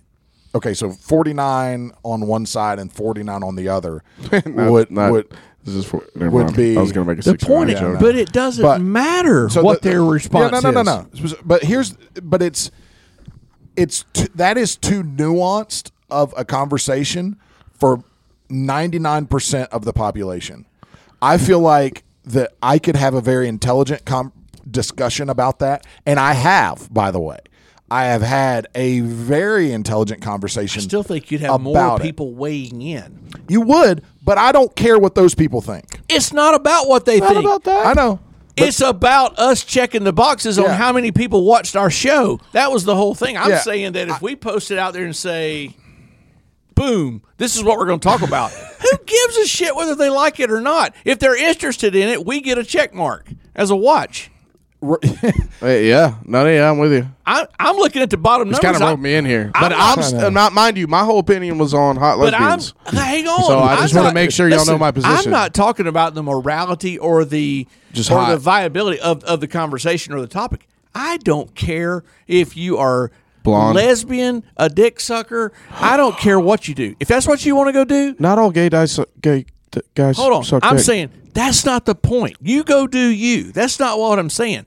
[SPEAKER 1] okay so 49 on one side and 49 on the other
[SPEAKER 2] Not-
[SPEAKER 1] would
[SPEAKER 2] not-
[SPEAKER 1] would
[SPEAKER 2] this is for, never
[SPEAKER 1] would
[SPEAKER 2] mind.
[SPEAKER 1] be-
[SPEAKER 2] I was going to make a
[SPEAKER 3] the
[SPEAKER 2] six
[SPEAKER 3] point,
[SPEAKER 1] yeah, no.
[SPEAKER 3] but it doesn't
[SPEAKER 1] But-
[SPEAKER 3] matter
[SPEAKER 1] so
[SPEAKER 3] what
[SPEAKER 1] the-
[SPEAKER 3] their response
[SPEAKER 1] yeah, no no
[SPEAKER 3] is.
[SPEAKER 1] no no but here's but it's it's t- that is too nuanced of a conversation for 99% of the population. I feel like that I could have a very intelligent com- discussion about that and I have by the way. I have had a very intelligent conversation.
[SPEAKER 3] I still think you'd have more
[SPEAKER 1] about it.
[SPEAKER 3] people weighing in.
[SPEAKER 1] You would, but I don't care what those people think.
[SPEAKER 3] It's not about what they think.
[SPEAKER 1] I know.
[SPEAKER 3] it's about us checking the boxes on
[SPEAKER 1] Yeah.
[SPEAKER 3] how many people watched our show. That was the whole thing. I'm
[SPEAKER 1] Yeah.
[SPEAKER 3] saying that if we post it out there and say, boom, this is what we're going to talk about, who gives a shit whether they like it or not? If they're interested in it, we get a check mark as a watch.
[SPEAKER 2] Hey, yeah, no, yeah, I'm with you.
[SPEAKER 3] I, I'm looking at the bottom
[SPEAKER 2] It's kind
[SPEAKER 3] numbers.
[SPEAKER 2] of
[SPEAKER 3] I-
[SPEAKER 2] wrote me in here,
[SPEAKER 3] I'm
[SPEAKER 2] but
[SPEAKER 3] not-
[SPEAKER 2] I'm, st- not mind you. My whole opinion was on hot
[SPEAKER 3] But I'm
[SPEAKER 2] lesbians.
[SPEAKER 3] hang on.
[SPEAKER 2] So I just
[SPEAKER 3] I'm
[SPEAKER 2] wanna
[SPEAKER 3] not-
[SPEAKER 2] make sure y'all know
[SPEAKER 3] listen,
[SPEAKER 2] my position.
[SPEAKER 3] I'm not talking about the morality or the
[SPEAKER 2] Just
[SPEAKER 3] or
[SPEAKER 2] hot.
[SPEAKER 3] the viability of, of the conversation or the topic. I don't care if you are
[SPEAKER 2] Blonde.
[SPEAKER 3] lesbian, a dick sucker. I don't care what you do. If that's what you want to go do,
[SPEAKER 2] not all gay guys, su- gay t- guys.
[SPEAKER 3] hold on.
[SPEAKER 2] suck
[SPEAKER 3] I'm
[SPEAKER 2] dick.
[SPEAKER 3] saying that's not the point. You go do you. That's not what I'm saying.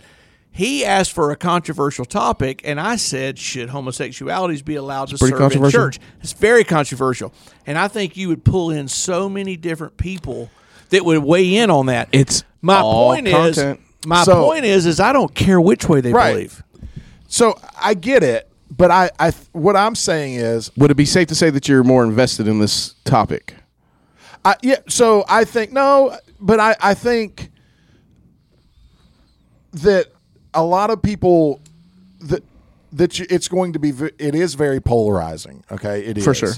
[SPEAKER 3] He asked for a controversial topic, and I said, "Should homosexualities be allowed to
[SPEAKER 2] pretty
[SPEAKER 3] serve in
[SPEAKER 2] controversial.
[SPEAKER 3] church?" It's very controversial, and I think you would pull in so many different people that would weigh in on that.
[SPEAKER 2] It's
[SPEAKER 3] my
[SPEAKER 2] all
[SPEAKER 3] point
[SPEAKER 2] content.
[SPEAKER 3] is, my
[SPEAKER 1] So-
[SPEAKER 3] point is, is I don't care which way they
[SPEAKER 1] Right.
[SPEAKER 3] believe.
[SPEAKER 1] So I get it, but I, I what I'm saying is
[SPEAKER 2] Would it be safe to say that you're more invested in this topic?
[SPEAKER 1] I, yeah, so I think no, but I, I think that a lot of people that that you, it's going to be ve- it is very polarizing. Okay, it is
[SPEAKER 2] For sure.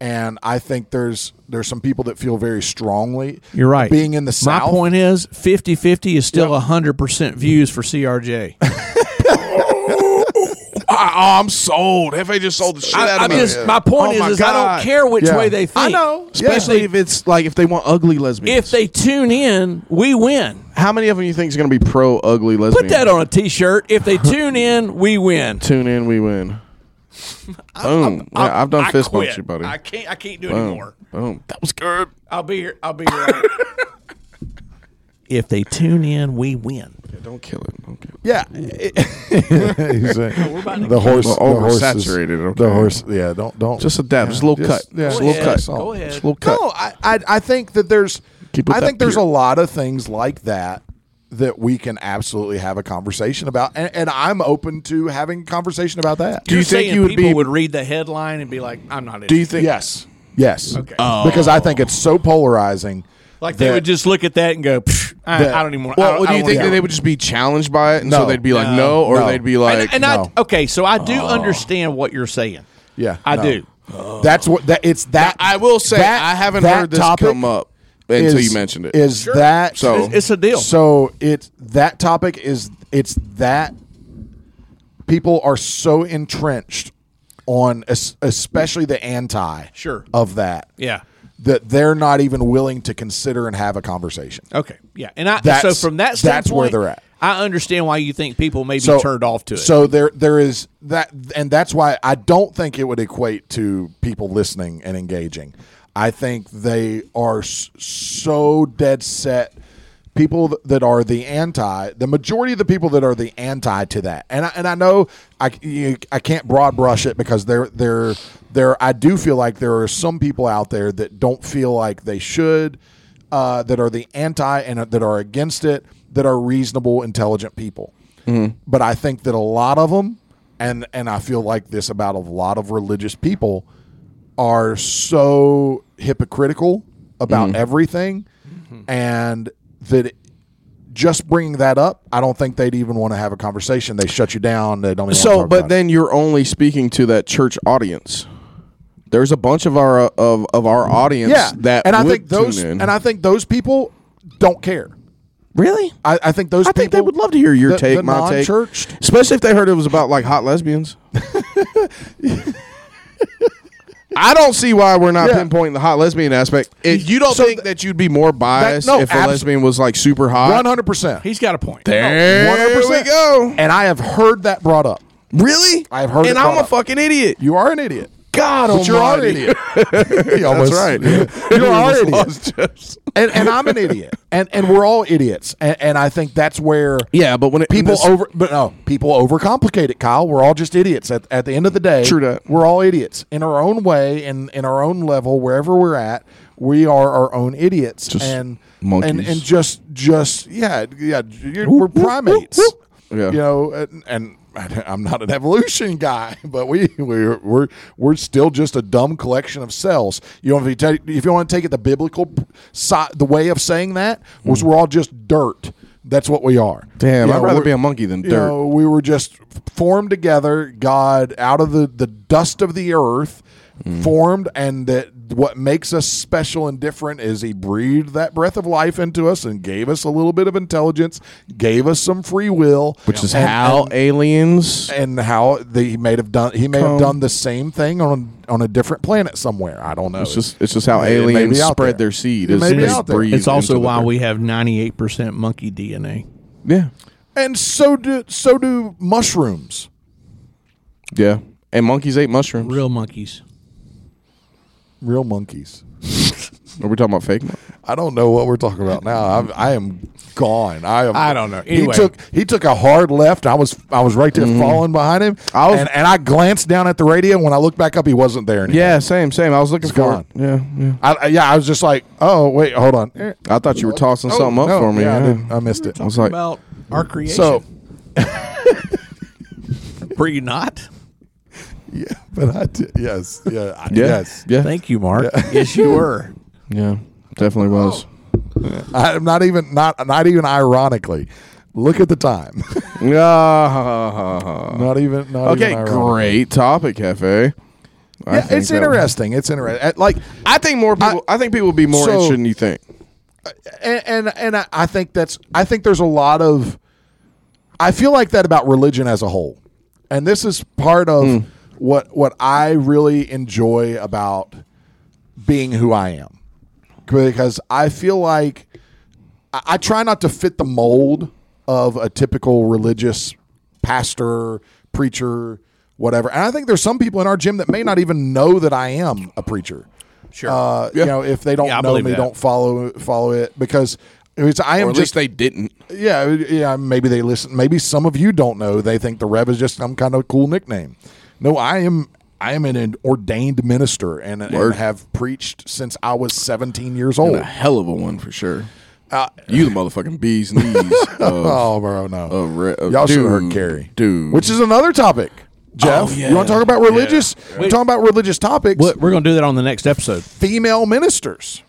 [SPEAKER 1] And I think there's there's some people that feel very strongly.
[SPEAKER 3] You're right.
[SPEAKER 1] Being in the
[SPEAKER 3] my
[SPEAKER 1] south,
[SPEAKER 3] point is 50-50 is still hundred percent views for CRJ.
[SPEAKER 1] Ah, oh,
[SPEAKER 2] I, I'm sold. Have they just sold the shit
[SPEAKER 3] I, am just my
[SPEAKER 2] Oh
[SPEAKER 3] point is, is I don't care which
[SPEAKER 1] Yeah.
[SPEAKER 3] way they think.
[SPEAKER 1] I know.
[SPEAKER 2] Especially
[SPEAKER 3] Especially
[SPEAKER 2] if it's like if they want ugly lesbians.
[SPEAKER 3] if they tune in, we win.
[SPEAKER 2] how many of them you think is going to be pro ugly lesbian?
[SPEAKER 3] Put that on a t-shirt. If they tune in, we win.
[SPEAKER 2] Tune in, we win. Boom! I, have done
[SPEAKER 3] I
[SPEAKER 2] fist
[SPEAKER 3] quit.
[SPEAKER 2] bumps you, buddy.
[SPEAKER 3] I can't. I can't do it
[SPEAKER 2] Boom.
[SPEAKER 3] anymore.
[SPEAKER 2] Boom. That was good.
[SPEAKER 3] I'll be here. I'll be here. if they tune in, we win.
[SPEAKER 2] Don't kill it. Don't kill it.
[SPEAKER 1] yeah. the horse, the
[SPEAKER 2] Well,
[SPEAKER 1] horse is-
[SPEAKER 2] oversaturated, okay.
[SPEAKER 1] The horse, yeah. Don't don't
[SPEAKER 2] Just a dab. Just a little
[SPEAKER 1] Just-
[SPEAKER 2] cut.
[SPEAKER 1] yeah.
[SPEAKER 2] Just a
[SPEAKER 1] Go
[SPEAKER 2] little
[SPEAKER 1] ahead.
[SPEAKER 2] cut.
[SPEAKER 1] Go
[SPEAKER 3] ahead.
[SPEAKER 2] Just a little cut.
[SPEAKER 1] No, I, I I think that there's
[SPEAKER 2] Keep with
[SPEAKER 1] I
[SPEAKER 2] that
[SPEAKER 1] think there's
[SPEAKER 2] beer.
[SPEAKER 1] a lot of things like that that we can absolutely have a conversation about, and, and I'm open to having a conversation about that.
[SPEAKER 2] Do you
[SPEAKER 3] You're
[SPEAKER 2] think
[SPEAKER 3] saying
[SPEAKER 2] you would
[SPEAKER 3] people
[SPEAKER 2] be-
[SPEAKER 3] would read the headline and be like, "I'm not."
[SPEAKER 2] Do
[SPEAKER 3] interested.
[SPEAKER 2] you think?
[SPEAKER 1] Yes, yes, okay.
[SPEAKER 3] Oh.
[SPEAKER 1] because I think it's so polarizing.
[SPEAKER 3] like they
[SPEAKER 1] that-
[SPEAKER 3] would just look at that and go, "Psh, I,
[SPEAKER 1] That-
[SPEAKER 3] I don't even want. I
[SPEAKER 2] Well,
[SPEAKER 3] don't-
[SPEAKER 2] do
[SPEAKER 3] I
[SPEAKER 2] you think
[SPEAKER 3] don't wanna
[SPEAKER 2] that
[SPEAKER 3] hear
[SPEAKER 2] they would just be challenged by it, and
[SPEAKER 1] No.
[SPEAKER 2] so they'd be like,
[SPEAKER 3] No.
[SPEAKER 2] no, or
[SPEAKER 1] No.
[SPEAKER 2] they'd be
[SPEAKER 3] it."
[SPEAKER 2] like,
[SPEAKER 3] and
[SPEAKER 1] no.
[SPEAKER 3] I okay, so I do understand what you're saying.
[SPEAKER 1] Yeah,
[SPEAKER 3] I
[SPEAKER 1] no.
[SPEAKER 3] do.
[SPEAKER 1] That's what that it's that
[SPEAKER 2] I will say,
[SPEAKER 1] that-
[SPEAKER 2] I haven't
[SPEAKER 1] that
[SPEAKER 2] heard this
[SPEAKER 1] topic
[SPEAKER 2] come up until
[SPEAKER 1] is-
[SPEAKER 2] you mentioned it.
[SPEAKER 1] Is that
[SPEAKER 2] So-
[SPEAKER 1] so?
[SPEAKER 2] It's-
[SPEAKER 3] it's a deal.
[SPEAKER 1] So it's that topic is it's that people are so entrenched on es- especially the anti
[SPEAKER 3] Sure.
[SPEAKER 1] of that
[SPEAKER 3] Yeah.
[SPEAKER 1] that they're not even willing to consider and have a conversation.
[SPEAKER 3] Okay. Yeah. And I so
[SPEAKER 1] That's-
[SPEAKER 3] from that
[SPEAKER 1] that's where
[SPEAKER 3] standpoint,
[SPEAKER 1] they're at.
[SPEAKER 3] I understand why you think people may be turned off to it.
[SPEAKER 1] So there there is that and that's why I don't think it would equate to people listening and engaging. I think they are s- so dead set people th- that are the anti the majority of the people that are the anti to that and I, and I know I you, I can't broad brush it because there there there I do feel like there are some people out there that don't feel like they should uh, that are the anti and uh, that are against it that are reasonable intelligent people
[SPEAKER 2] Mm-hmm.
[SPEAKER 1] but I think that a lot of them, and and I feel like this about a lot of religious people, are so hypocritical
[SPEAKER 2] Mm-hmm.
[SPEAKER 1] about everything, and that it- just bringing that up, I don't think they'd even want to have a conversation. They shut you down. They don't. Even
[SPEAKER 2] so,
[SPEAKER 1] wanna talk
[SPEAKER 2] but
[SPEAKER 1] about it.
[SPEAKER 2] then you're only speaking to that church audience. There's a bunch of our of of our audience
[SPEAKER 1] yeah,
[SPEAKER 2] that
[SPEAKER 1] and I
[SPEAKER 2] would
[SPEAKER 1] think those
[SPEAKER 2] tune in.
[SPEAKER 1] and I think those people don't care.
[SPEAKER 2] Really?
[SPEAKER 1] I, I think those
[SPEAKER 2] I
[SPEAKER 1] people
[SPEAKER 2] think they would love to hear your
[SPEAKER 1] the-
[SPEAKER 2] take,
[SPEAKER 1] the
[SPEAKER 2] my take.
[SPEAKER 1] non-churched-
[SPEAKER 2] Especially if they heard it was about like hot lesbians. I don't see why we're not
[SPEAKER 1] Yeah.
[SPEAKER 2] pinpointing the hot lesbian aspect. If you don't
[SPEAKER 1] So
[SPEAKER 2] think that you'd be more biased
[SPEAKER 1] no,
[SPEAKER 2] if a
[SPEAKER 1] abso-
[SPEAKER 2] lesbian was like super hot.
[SPEAKER 1] One hundred percent.
[SPEAKER 3] He's got a point.
[SPEAKER 2] There we go.
[SPEAKER 1] And I have heard that brought up.
[SPEAKER 2] Really?
[SPEAKER 1] I've heard it
[SPEAKER 2] And I'm
[SPEAKER 1] brought
[SPEAKER 2] a
[SPEAKER 1] up.
[SPEAKER 2] fucking idiot.
[SPEAKER 1] You are an idiot.
[SPEAKER 2] God
[SPEAKER 1] But you're our idiot. He almost-
[SPEAKER 2] You
[SPEAKER 1] You are an idiot.
[SPEAKER 2] idiot.
[SPEAKER 1] And, and I'm an idiot. And and we're all idiots. And, and I think that's where
[SPEAKER 2] Yeah, but when it,
[SPEAKER 1] people
[SPEAKER 2] this-
[SPEAKER 1] over but no, people overcomplicate it, Kyle. We're all just idiots. At, at the end of the day,
[SPEAKER 2] True that.
[SPEAKER 1] we're all idiots in our own way and in our own level, wherever we're at, we are our own idiots. and and
[SPEAKER 2] monkeys.
[SPEAKER 1] and just just yeah, yeah, you're, we're primates.
[SPEAKER 2] whoop, whoop. Yeah.
[SPEAKER 1] You know, and, and I'm not an evolution guy, but we we're, we're we're still just a dumb collection of cells. You know, if you take, if you want to take it the biblical side, the way of saying that was
[SPEAKER 2] Hmm.
[SPEAKER 1] we're all just dirt. That's what we are.
[SPEAKER 2] Damn,
[SPEAKER 1] You
[SPEAKER 2] I'd
[SPEAKER 1] know,
[SPEAKER 2] rather
[SPEAKER 1] we're-
[SPEAKER 2] be a monkey than
[SPEAKER 1] you
[SPEAKER 2] dirt.
[SPEAKER 1] know, we were just formed together, God out of the, the dust of the earth,
[SPEAKER 2] Mm.
[SPEAKER 1] formed, and that what makes us special and different is He breathed that breath of life into us and gave us a little bit of intelligence, gave us some free will,
[SPEAKER 2] which is
[SPEAKER 1] and-
[SPEAKER 2] how aliens.
[SPEAKER 1] and how the, he may have done he may have done the same thing on on a different planet somewhere. I don't know.
[SPEAKER 2] It's just, it's just how
[SPEAKER 1] It may be
[SPEAKER 2] aliens
[SPEAKER 1] out
[SPEAKER 2] spread
[SPEAKER 1] there.
[SPEAKER 2] their seed.
[SPEAKER 1] It
[SPEAKER 2] is
[SPEAKER 1] may be
[SPEAKER 2] they
[SPEAKER 1] out there.
[SPEAKER 2] breathe
[SPEAKER 1] It's
[SPEAKER 3] It's also
[SPEAKER 2] into the
[SPEAKER 3] why
[SPEAKER 2] dirt.
[SPEAKER 3] we have 98% monkey DNA.
[SPEAKER 2] Yeah.
[SPEAKER 1] and so do so do mushrooms.
[SPEAKER 2] Yeah. And monkeys ate mushrooms.
[SPEAKER 3] Real monkeys.
[SPEAKER 1] Real monkeys.
[SPEAKER 2] Are we talking about fake? mon-
[SPEAKER 1] I don't know what we're talking about now. I'm, I am gone. I am.
[SPEAKER 3] I don't know.
[SPEAKER 1] He
[SPEAKER 3] Anyway.
[SPEAKER 1] took he took a hard left. I was I was right there falling behind him.
[SPEAKER 2] Mm-hmm. I was-
[SPEAKER 1] and, and I glanced down at the radio. When I looked back up, he wasn't there anymore.
[SPEAKER 2] Yeah, same, same. I was looking for
[SPEAKER 1] gone.
[SPEAKER 2] it. Yeah, yeah.
[SPEAKER 1] I, I- yeah. I was just like, oh wait, hold on. Eh,
[SPEAKER 2] I thought you were tossing something up
[SPEAKER 1] no,
[SPEAKER 2] for me.
[SPEAKER 1] yeah, I,
[SPEAKER 2] Oh, Yeah,
[SPEAKER 1] didn't- I missed it.
[SPEAKER 2] I was like,
[SPEAKER 3] about our creation.
[SPEAKER 1] So
[SPEAKER 3] were you not?
[SPEAKER 1] yeah, but I did, yes, yeah, I-
[SPEAKER 2] yeah,
[SPEAKER 1] yes.
[SPEAKER 2] yeah,
[SPEAKER 3] Thank you, Mark. yes, you were.
[SPEAKER 2] yeah. Definitely was.
[SPEAKER 1] I'm not even not not even ironically. Look at the time.
[SPEAKER 2] Ah.
[SPEAKER 1] not even. Not
[SPEAKER 2] okay,
[SPEAKER 1] even ironically.
[SPEAKER 2] great topic, Cafe. I
[SPEAKER 1] Yeah,
[SPEAKER 2] think
[SPEAKER 1] it's
[SPEAKER 2] that-
[SPEAKER 1] interesting. It's interesting. Like
[SPEAKER 2] I think more people. I, think people would be more
[SPEAKER 1] So-
[SPEAKER 2] interested than you think.
[SPEAKER 1] and and, and I, I think that's I think there's a lot of I feel like that about religion as a whole, and this is part of what what I really enjoy about being who I am, because I feel like I, I try not to fit the mold of a typical religious pastor, preacher, whatever. And I think there's some people in our gym that may not even know that I am a preacher.
[SPEAKER 3] Sure.
[SPEAKER 1] Uh, You know, if they don't
[SPEAKER 3] Yeah, I
[SPEAKER 1] know me,
[SPEAKER 3] believe that.
[SPEAKER 1] don't follow follow it because it's, I am
[SPEAKER 2] Or at least
[SPEAKER 1] just
[SPEAKER 2] they didn't.
[SPEAKER 1] yeah yeah maybe they listen maybe some of you don't know they think the Rev is just some kind of cool nickname. No, I am I am an ordained minister and, and
[SPEAKER 2] Word.
[SPEAKER 1] have preached since I was 17 years old.
[SPEAKER 2] A hell of a one for sure. you the motherfucking bees knees. of,
[SPEAKER 1] Oh, bro, no.
[SPEAKER 2] of re- of-
[SPEAKER 1] Y'all should have
[SPEAKER 2] dude,
[SPEAKER 1] heard Carrie,
[SPEAKER 2] dude.
[SPEAKER 1] Which is another topic, Jeff.
[SPEAKER 2] Oh, yeah.
[SPEAKER 1] You want to talk about religious? We're talking about religious topics.
[SPEAKER 3] But we're going to do that on the next episode.
[SPEAKER 1] Female ministers,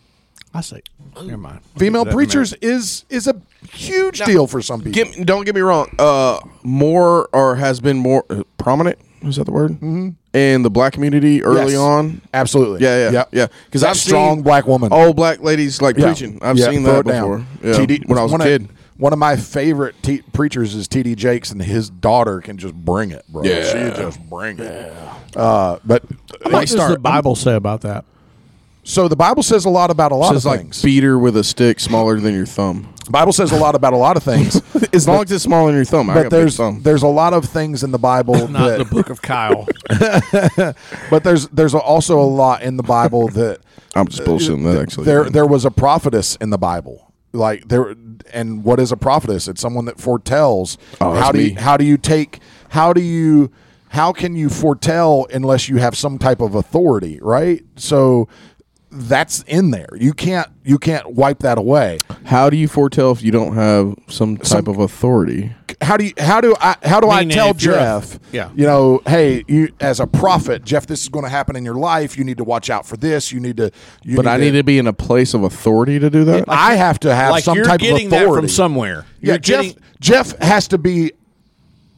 [SPEAKER 3] I say, never mind. We'll
[SPEAKER 1] female
[SPEAKER 3] get to that in a
[SPEAKER 1] preachers is is a huge deal for some people.
[SPEAKER 2] Get- don't get me wrong. Uh, more or has been more uh, prominent. Is that the word? Mm-hmm. In the black community early
[SPEAKER 1] Yes.
[SPEAKER 2] on.
[SPEAKER 1] Absolutely.
[SPEAKER 2] Yeah, yeah,
[SPEAKER 1] Yep.
[SPEAKER 2] yeah. Because
[SPEAKER 1] That
[SPEAKER 2] I've
[SPEAKER 1] strong
[SPEAKER 2] seen
[SPEAKER 1] black woman.
[SPEAKER 2] old black ladies like
[SPEAKER 1] Yeah.
[SPEAKER 2] preaching. I've
[SPEAKER 1] Yeah,
[SPEAKER 2] seen
[SPEAKER 1] throw
[SPEAKER 2] that
[SPEAKER 1] it
[SPEAKER 2] before.
[SPEAKER 1] down.
[SPEAKER 2] Yeah.
[SPEAKER 1] TD
[SPEAKER 2] when I was
[SPEAKER 1] one
[SPEAKER 2] a
[SPEAKER 1] of-
[SPEAKER 2] kid.
[SPEAKER 1] One of my favorite te- preachers is T.D. Jakes, and his daughter can just bring it, bro.
[SPEAKER 2] Yeah.
[SPEAKER 1] She just bring it. Uh, but
[SPEAKER 3] minute. What does the Bible say about that?
[SPEAKER 1] so the Bible says a lot about a lot
[SPEAKER 2] It's
[SPEAKER 1] of
[SPEAKER 2] like
[SPEAKER 1] things.
[SPEAKER 2] beat her with a stick smaller than your thumb.
[SPEAKER 1] Bible says a lot about a lot of things.
[SPEAKER 2] As long as it's smaller than your thumb, I got
[SPEAKER 1] but
[SPEAKER 2] a big
[SPEAKER 1] there's
[SPEAKER 2] thumb.
[SPEAKER 1] there's a lot of things in the Bible
[SPEAKER 3] Not the
[SPEAKER 1] that,
[SPEAKER 3] book of Kyle.
[SPEAKER 1] but there's there's also a lot in the Bible that
[SPEAKER 2] I'm just bullshitting that actually.
[SPEAKER 1] there there was a prophetess in the Bible. Like there and what is a prophetess? It's someone that foretells.
[SPEAKER 2] Oh, that's
[SPEAKER 1] how do
[SPEAKER 2] me.
[SPEAKER 1] you how do you take how do you how can you foretell unless you have some type of authority, right? So that's in there. You can't you can't wipe that away.
[SPEAKER 2] How do you foretell if you don't have some type of authority?
[SPEAKER 1] how do you how do I how do I
[SPEAKER 3] Meaning
[SPEAKER 1] tell
[SPEAKER 3] if you're a-
[SPEAKER 1] Jeff?
[SPEAKER 3] yeah.
[SPEAKER 1] you know, hey, you as a prophet, Jeff, this is going to happen in your life. You need to watch out for this. You need to. You
[SPEAKER 2] But I need to be in a place of authority to do that.
[SPEAKER 1] I have to have
[SPEAKER 3] like
[SPEAKER 1] some
[SPEAKER 3] you're
[SPEAKER 1] type
[SPEAKER 3] getting
[SPEAKER 1] of authority
[SPEAKER 3] that from somewhere.
[SPEAKER 1] Yeah,
[SPEAKER 3] You're
[SPEAKER 1] Jeff.
[SPEAKER 3] getting-
[SPEAKER 1] Jeff has to be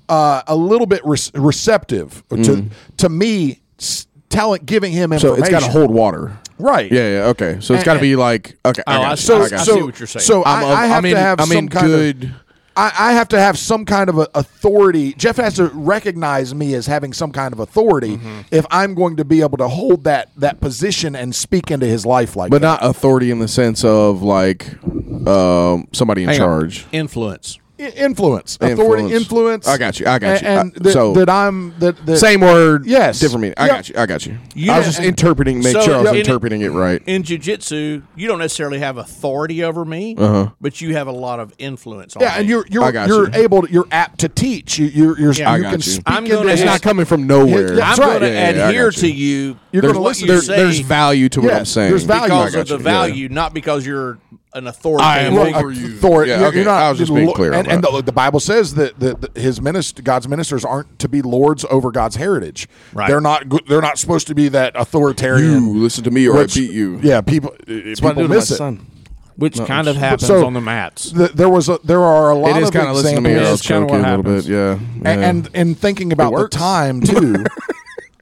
[SPEAKER 1] uh, a little bit re- receptive to to me s- telling giving him
[SPEAKER 2] so
[SPEAKER 1] information.
[SPEAKER 2] it's Mm-hmm. got to hold water.
[SPEAKER 1] Right.
[SPEAKER 2] Yeah, yeah, okay. So it's got to be like okay.
[SPEAKER 3] Oh, I
[SPEAKER 2] got
[SPEAKER 3] see-
[SPEAKER 2] you,
[SPEAKER 1] So,
[SPEAKER 3] I
[SPEAKER 2] got
[SPEAKER 3] see
[SPEAKER 2] you.
[SPEAKER 1] so,
[SPEAKER 3] what you're saying.
[SPEAKER 1] So
[SPEAKER 2] I'm,
[SPEAKER 1] i I
[SPEAKER 2] am
[SPEAKER 1] have
[SPEAKER 2] in,
[SPEAKER 1] to have
[SPEAKER 2] I'm
[SPEAKER 1] some
[SPEAKER 2] in
[SPEAKER 1] kind
[SPEAKER 2] good.
[SPEAKER 1] of. I, I have to have some kind of a authority. Jeff has to recognize me as having some kind of authority
[SPEAKER 2] Mm-hmm.
[SPEAKER 1] if I'm going to be able to hold that that position and speak into his life like
[SPEAKER 2] but
[SPEAKER 1] that.
[SPEAKER 2] not authority in the sense of like um, somebody in
[SPEAKER 3] Hang on.
[SPEAKER 2] charge.
[SPEAKER 3] Influence.
[SPEAKER 1] I- influence, authority, influence.
[SPEAKER 2] I got you. I got
[SPEAKER 1] A-
[SPEAKER 2] you.
[SPEAKER 1] And,
[SPEAKER 2] I-
[SPEAKER 1] that,
[SPEAKER 2] so
[SPEAKER 1] that I'm that, that
[SPEAKER 2] same word,
[SPEAKER 1] Yes.
[SPEAKER 2] different meaning. I
[SPEAKER 1] Yeah.
[SPEAKER 2] got you. I got you.
[SPEAKER 3] You
[SPEAKER 2] I was
[SPEAKER 3] don't-
[SPEAKER 2] just interpreting, make
[SPEAKER 3] So,
[SPEAKER 2] sure I was
[SPEAKER 3] yeah.
[SPEAKER 2] interpreting it right.
[SPEAKER 3] In jujitsu, you don't necessarily have authority over me,
[SPEAKER 2] Uh-huh.
[SPEAKER 3] but you have a lot of influence. on
[SPEAKER 1] Yeah, and
[SPEAKER 3] me.
[SPEAKER 1] you're you're
[SPEAKER 2] I got
[SPEAKER 1] you're
[SPEAKER 2] you.
[SPEAKER 1] able. To, you're apt to teach. You you're, you're
[SPEAKER 3] Yeah. I
[SPEAKER 1] you
[SPEAKER 2] got
[SPEAKER 1] can
[SPEAKER 2] you.
[SPEAKER 1] speak
[SPEAKER 3] I'm
[SPEAKER 1] into
[SPEAKER 3] gonna-
[SPEAKER 1] his
[SPEAKER 2] It's not coming from nowhere.
[SPEAKER 1] Yeah,
[SPEAKER 3] I'm
[SPEAKER 1] that's right.
[SPEAKER 3] going to
[SPEAKER 2] Yeah, yeah, I
[SPEAKER 3] adhere
[SPEAKER 2] got
[SPEAKER 3] to
[SPEAKER 2] you.
[SPEAKER 3] you.
[SPEAKER 1] You're
[SPEAKER 2] There's,
[SPEAKER 1] gonna listen
[SPEAKER 3] to
[SPEAKER 2] there-
[SPEAKER 3] what you
[SPEAKER 2] there's
[SPEAKER 3] say
[SPEAKER 2] value to what
[SPEAKER 1] Yes,
[SPEAKER 2] I'm saying.
[SPEAKER 1] there's value. I
[SPEAKER 3] because
[SPEAKER 1] got
[SPEAKER 3] of the
[SPEAKER 2] you, yeah.
[SPEAKER 3] value, not because you're an authority.
[SPEAKER 2] I am
[SPEAKER 3] over
[SPEAKER 2] over
[SPEAKER 3] me.
[SPEAKER 2] you.
[SPEAKER 1] authority.
[SPEAKER 2] Yeah,
[SPEAKER 1] You're-
[SPEAKER 2] okay.
[SPEAKER 1] You're not
[SPEAKER 2] I was just being
[SPEAKER 1] lo-
[SPEAKER 2] clear on
[SPEAKER 1] And, and
[SPEAKER 2] that.
[SPEAKER 1] the, the Bible says that the, the, his minist- God's ministers aren't to be lords over God's heritage.
[SPEAKER 3] Right.
[SPEAKER 1] They're not. go- They're not supposed to be that authoritarian.
[SPEAKER 2] You listen to me or
[SPEAKER 1] which-
[SPEAKER 2] I beat you.
[SPEAKER 1] Yeah, people. That's
[SPEAKER 2] What I
[SPEAKER 1] people
[SPEAKER 2] do to my
[SPEAKER 1] miss it.
[SPEAKER 2] son.
[SPEAKER 3] which kind of happens
[SPEAKER 1] so-
[SPEAKER 3] on the mats.
[SPEAKER 1] Th- There was a, there are a lot
[SPEAKER 2] It is
[SPEAKER 1] of
[SPEAKER 2] kind of listen to me or
[SPEAKER 1] examples-
[SPEAKER 2] I'll
[SPEAKER 3] It's kinda
[SPEAKER 2] choke you
[SPEAKER 3] what
[SPEAKER 2] a little
[SPEAKER 3] happens.
[SPEAKER 2] bit. Yeah.
[SPEAKER 1] A-
[SPEAKER 2] yeah.
[SPEAKER 1] and and thinking about the
[SPEAKER 2] works.
[SPEAKER 1] time too,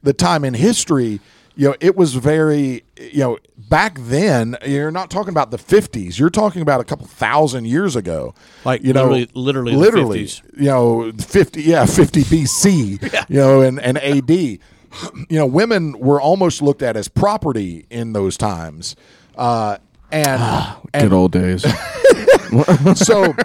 [SPEAKER 1] the time in history, you know, it was very, you know, back then. You're not talking about the 50s. You're talking about a couple thousand years ago.
[SPEAKER 3] Like,
[SPEAKER 1] you know,
[SPEAKER 3] literally- literally the
[SPEAKER 1] literally,
[SPEAKER 3] 50s.
[SPEAKER 1] you know, 50, yeah, 50 BC, you know, and and AD. You know, women were almost looked at as property in those times, uh, and
[SPEAKER 2] Ah.
[SPEAKER 1] and
[SPEAKER 2] Good old days.
[SPEAKER 1] so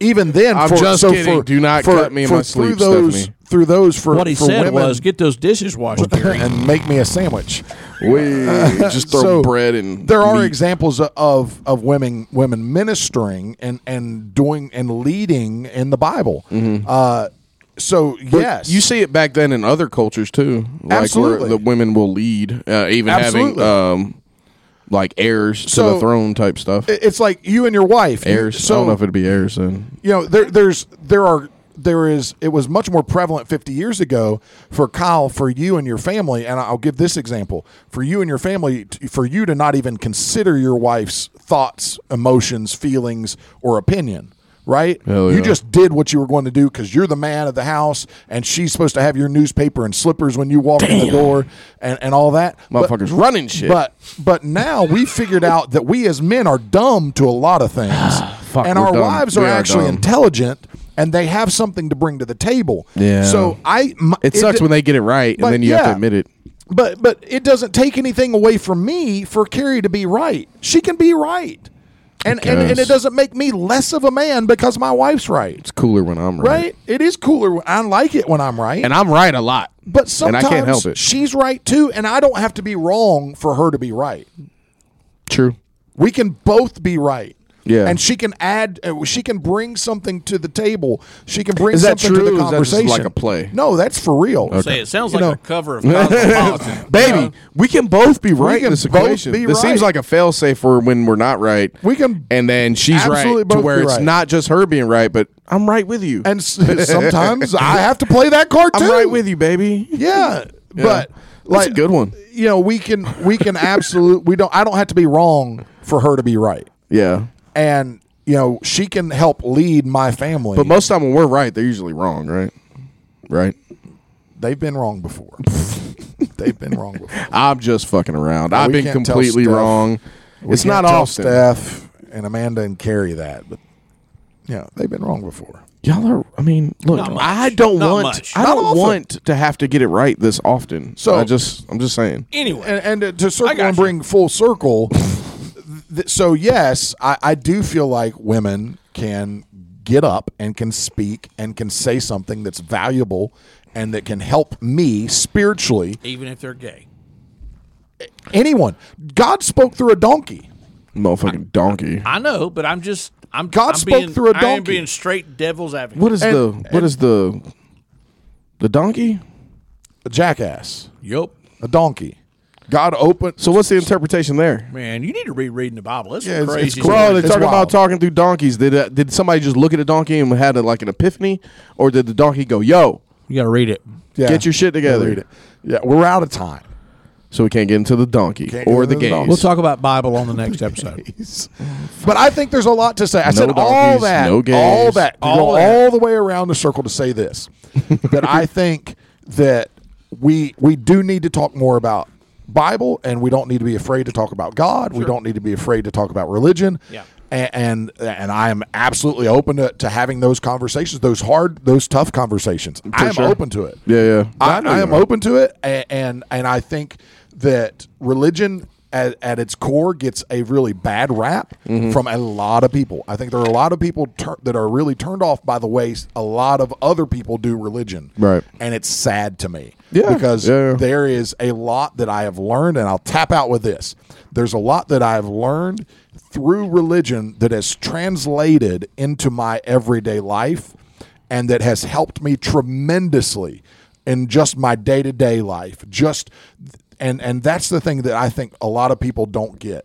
[SPEAKER 1] even then,
[SPEAKER 2] I'm
[SPEAKER 1] for,
[SPEAKER 2] just
[SPEAKER 1] so
[SPEAKER 2] kidding.
[SPEAKER 1] for,
[SPEAKER 2] Do not
[SPEAKER 1] for,
[SPEAKER 2] cut me in
[SPEAKER 1] for
[SPEAKER 2] my
[SPEAKER 1] through
[SPEAKER 2] sleep,
[SPEAKER 1] those
[SPEAKER 2] Stephanie.
[SPEAKER 1] through those for
[SPEAKER 3] What he
[SPEAKER 1] for
[SPEAKER 3] said
[SPEAKER 1] women,
[SPEAKER 3] was, "Get those dishes washed, Gary."
[SPEAKER 1] and make me a sandwich.
[SPEAKER 2] we just throw
[SPEAKER 1] So,
[SPEAKER 2] bread and
[SPEAKER 1] There are
[SPEAKER 2] meat.
[SPEAKER 1] examples of of women women ministering and and doing and leading in the Bible.
[SPEAKER 2] Mm-hmm.
[SPEAKER 1] Uh, so
[SPEAKER 2] But
[SPEAKER 1] yes,
[SPEAKER 2] You see it back then in other cultures too. Like
[SPEAKER 1] Absolutely.
[SPEAKER 2] where the women will lead, uh, even
[SPEAKER 1] Absolutely.
[SPEAKER 2] having um, like heirs to
[SPEAKER 1] So-
[SPEAKER 2] the throne type stuff.
[SPEAKER 1] I- it's like you and your wife. You-
[SPEAKER 2] heirs.
[SPEAKER 1] So
[SPEAKER 2] I don't know if it'd be heirs then.
[SPEAKER 1] you know there there's there are there is it was much more prevalent 50 years ago for Kyle for you and your family and I'll give this example for you and your family t- for you to not even consider your wife's thoughts emotions feelings or opinion right
[SPEAKER 2] Hell
[SPEAKER 1] you
[SPEAKER 2] yeah.
[SPEAKER 1] just did what you were going to do cuz you're the man of the house and she's supposed to have your newspaper and slippers when you walk in the door and and all that But-
[SPEAKER 2] Motherfuckers running shit.
[SPEAKER 1] but but now we figured out that we as men are dumb to a lot of things, and
[SPEAKER 2] we're
[SPEAKER 1] our
[SPEAKER 2] dumb.
[SPEAKER 1] wives are,
[SPEAKER 2] We are
[SPEAKER 1] actually
[SPEAKER 2] dumb.
[SPEAKER 1] intelligent, and they have something to bring to the table.
[SPEAKER 2] Yeah.
[SPEAKER 1] So I my,
[SPEAKER 2] it sucks
[SPEAKER 1] d-
[SPEAKER 2] when they get it right,
[SPEAKER 1] but
[SPEAKER 2] and then you have to
[SPEAKER 1] yeah.
[SPEAKER 2] admit it.
[SPEAKER 1] But but it doesn't take anything away from me for Carrie to be right. She can be right, and and, and
[SPEAKER 2] guess.
[SPEAKER 1] it doesn't make me less of a man because my wife's right.
[SPEAKER 2] It's cooler when I'm right,
[SPEAKER 1] Right? It is cooler. when- I like it when I'm right.
[SPEAKER 2] and I'm right a lot.
[SPEAKER 1] but
[SPEAKER 2] and I
[SPEAKER 1] sometimes
[SPEAKER 2] can't help it.
[SPEAKER 1] she's right too, and I don't have to be wrong for her to be right.
[SPEAKER 2] True.
[SPEAKER 1] We can both be right.
[SPEAKER 2] Yeah.
[SPEAKER 1] And she can add, uh, she can bring something to the table. She can bring
[SPEAKER 2] Is that
[SPEAKER 1] something
[SPEAKER 2] true,
[SPEAKER 1] to the
[SPEAKER 2] or is that just
[SPEAKER 1] conversation.
[SPEAKER 2] like a play?
[SPEAKER 1] No, that's for real.
[SPEAKER 3] Say it sounds
[SPEAKER 1] You
[SPEAKER 3] like
[SPEAKER 1] know,
[SPEAKER 3] a cover of Cosmopolitan.
[SPEAKER 2] Baby, we can both be right
[SPEAKER 1] can
[SPEAKER 2] in this
[SPEAKER 1] both
[SPEAKER 2] equation.
[SPEAKER 1] be
[SPEAKER 2] this seems
[SPEAKER 1] right.
[SPEAKER 2] like a fail safe for when we're not right.
[SPEAKER 1] We can
[SPEAKER 2] and then she's
[SPEAKER 1] absolutely
[SPEAKER 2] right to
[SPEAKER 1] both
[SPEAKER 2] where
[SPEAKER 1] be
[SPEAKER 2] it's
[SPEAKER 1] right.
[SPEAKER 2] not just her being right, but I'm right with you.
[SPEAKER 1] And s- sometimes I have to play that card
[SPEAKER 2] I'm
[SPEAKER 1] too.
[SPEAKER 2] right with you, baby.
[SPEAKER 1] Yeah. But
[SPEAKER 2] That's
[SPEAKER 1] like
[SPEAKER 2] a good one.
[SPEAKER 1] You know, we can we can absolutely we don't I don't have to be wrong for her to be right.
[SPEAKER 2] Yeah.
[SPEAKER 1] And you know, she can help lead my family.
[SPEAKER 2] But most time when we're right, they're usually wrong, right? Right?
[SPEAKER 1] they've been wrong before. they've been wrong before.
[SPEAKER 2] I'm just fucking around. I've
[SPEAKER 1] we
[SPEAKER 2] been
[SPEAKER 1] can't tell
[SPEAKER 2] completely
[SPEAKER 1] Steph.
[SPEAKER 2] wrong. it's
[SPEAKER 1] can't
[SPEAKER 2] not
[SPEAKER 1] tell
[SPEAKER 2] often.
[SPEAKER 1] Steph and Amanda and Carrie that, but yeah, they've been wrong before.
[SPEAKER 2] Y'all are. I mean, look,
[SPEAKER 3] Not much.
[SPEAKER 2] I don't
[SPEAKER 3] Not
[SPEAKER 2] want.
[SPEAKER 3] much.
[SPEAKER 2] I
[SPEAKER 1] Not
[SPEAKER 2] don't
[SPEAKER 1] often.
[SPEAKER 2] want to have to get it right this often. So
[SPEAKER 1] So-
[SPEAKER 2] I just. I'm just saying.
[SPEAKER 3] anyway,
[SPEAKER 1] And, and to- to circle
[SPEAKER 3] got
[SPEAKER 1] and
[SPEAKER 3] you.
[SPEAKER 1] bring full circle, th- so yes, I, I do feel like women can get up and can speak and can say something that's valuable and that can help me spiritually.
[SPEAKER 3] even if they're gay,
[SPEAKER 1] Anyone, God spoke through a donkey.
[SPEAKER 2] Motherfucking donkey.
[SPEAKER 3] I know, but I'm just I'm
[SPEAKER 1] God
[SPEAKER 3] I'm
[SPEAKER 1] spoke
[SPEAKER 3] being,
[SPEAKER 1] through a
[SPEAKER 3] I am
[SPEAKER 1] donkey.
[SPEAKER 3] being straight devil's advocate.
[SPEAKER 2] what is
[SPEAKER 1] and-
[SPEAKER 2] the? What is the? The donkey.
[SPEAKER 1] A jackass,
[SPEAKER 3] Yup.
[SPEAKER 1] a donkey. God opened.
[SPEAKER 2] So what's the interpretation there?
[SPEAKER 3] Man, you need to be reading the Bible. That's
[SPEAKER 1] Yeah,
[SPEAKER 3] some
[SPEAKER 1] it's- it's
[SPEAKER 3] crazy.
[SPEAKER 1] cool.
[SPEAKER 2] Bro,
[SPEAKER 3] stories.
[SPEAKER 2] they're
[SPEAKER 1] It's
[SPEAKER 2] talking
[SPEAKER 1] wild.
[SPEAKER 2] about talking through donkeys. Did uh, did somebody just look at a donkey and had a, like an epiphany, or did the donkey go, "Yo,
[SPEAKER 3] You gotta read it.
[SPEAKER 1] Yeah.
[SPEAKER 2] get your shit together"?
[SPEAKER 1] Read it. Yeah, we're out of time.
[SPEAKER 2] So we can't get into the donkey
[SPEAKER 1] Can't
[SPEAKER 2] or
[SPEAKER 1] get into
[SPEAKER 2] the
[SPEAKER 1] the
[SPEAKER 2] gays.
[SPEAKER 1] donkey.
[SPEAKER 3] We'll talk about Bible on the next episode.
[SPEAKER 1] But I think there's a lot to say. I said all
[SPEAKER 2] donkeys,
[SPEAKER 1] that,
[SPEAKER 2] no gays.
[SPEAKER 1] all that, all,
[SPEAKER 3] All
[SPEAKER 1] all,
[SPEAKER 3] that.
[SPEAKER 1] the way around the circle to say this that I think that we we do need to talk more about Bible, and we don't need to be afraid to talk about God. We don't need to be afraid to talk about religion.
[SPEAKER 3] Yeah.
[SPEAKER 1] A- And and, I am absolutely open to, to having those conversations, those hard, those tough conversations. I am
[SPEAKER 2] sure.
[SPEAKER 1] open to it.
[SPEAKER 2] Yeah, yeah.
[SPEAKER 1] I,
[SPEAKER 2] I know
[SPEAKER 1] I
[SPEAKER 2] you
[SPEAKER 1] am
[SPEAKER 2] are.
[SPEAKER 1] open to it, and and, and I think that religion. At, at its core, gets a really bad rap from a lot of people. I think there are a lot of people tur- that are really turned off by the way a lot of other people do religion,
[SPEAKER 2] Right.
[SPEAKER 1] And it's sad to me,
[SPEAKER 2] Yeah,
[SPEAKER 1] because
[SPEAKER 2] yeah, yeah.
[SPEAKER 1] there is a lot that I have learned, and I'll tap out with this. There's a lot that I've learned through religion that has translated into my everyday life and that has helped me tremendously in just my day to day life. Just and and that's the thing that I think a lot of people don't get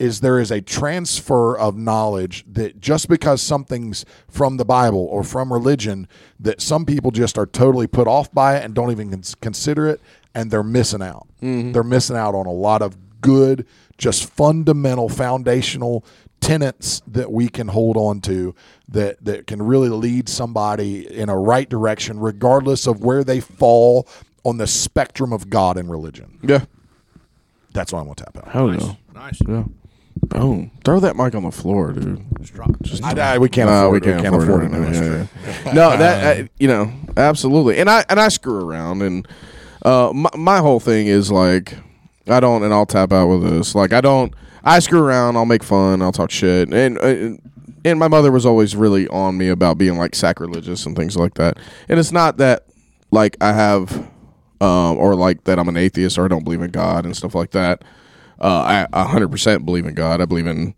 [SPEAKER 1] is there is a transfer of knowledge that just because something's from the Bible or from religion, that some people just are totally put off by it and don't even cons- consider it, and they're missing out. They're missing out on a lot of good, just fundamental, foundational tenets that we can hold on to that that can really lead somebody in a right direction, regardless of where they fall on the spectrum of God and religion.
[SPEAKER 2] Yeah.
[SPEAKER 1] That's what I'm gonna tap out.
[SPEAKER 2] Hell
[SPEAKER 3] Nice.
[SPEAKER 2] no.
[SPEAKER 3] Nice.
[SPEAKER 2] Yeah. Boom. Throw that mic on the floor, dude.
[SPEAKER 3] Just drop it.
[SPEAKER 1] I- I- we can't
[SPEAKER 2] Nah,
[SPEAKER 1] afford
[SPEAKER 2] we
[SPEAKER 1] it.
[SPEAKER 2] can't afford, it.
[SPEAKER 1] no,
[SPEAKER 2] right
[SPEAKER 1] that's
[SPEAKER 2] now,
[SPEAKER 1] true.
[SPEAKER 2] yeah, yeah. no, that I, you know, absolutely. And I and I screw around, and uh, my my whole thing is like, I don't, and I'll tap out with this. Like, I don't, I screw around. I'll make fun. I'll talk shit, and. and and my mother was always really on me about being like sacrilegious and things like that. And it's not that like I have, um, or like that I'm an atheist or I don't believe in God and stuff like that. Uh, I 100% believe in God. I believe in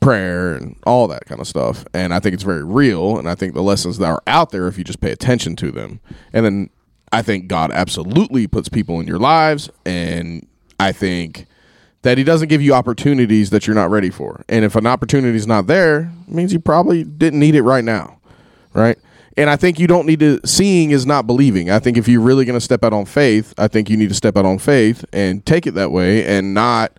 [SPEAKER 2] prayer and all that kind of stuff. And I think it's very real. And I think the lessons that are out there, if you just pay attention to them, and then I think God absolutely puts people in your lives. And I think that He doesn't give you opportunities that you're not ready for. And if an opportunity is not there, it means you probably didn't need it right now right? And I think you don't need to. Seeing is not believing. I think if you're really going to step out on faith, I think you need to step out on faith and take it that way, and not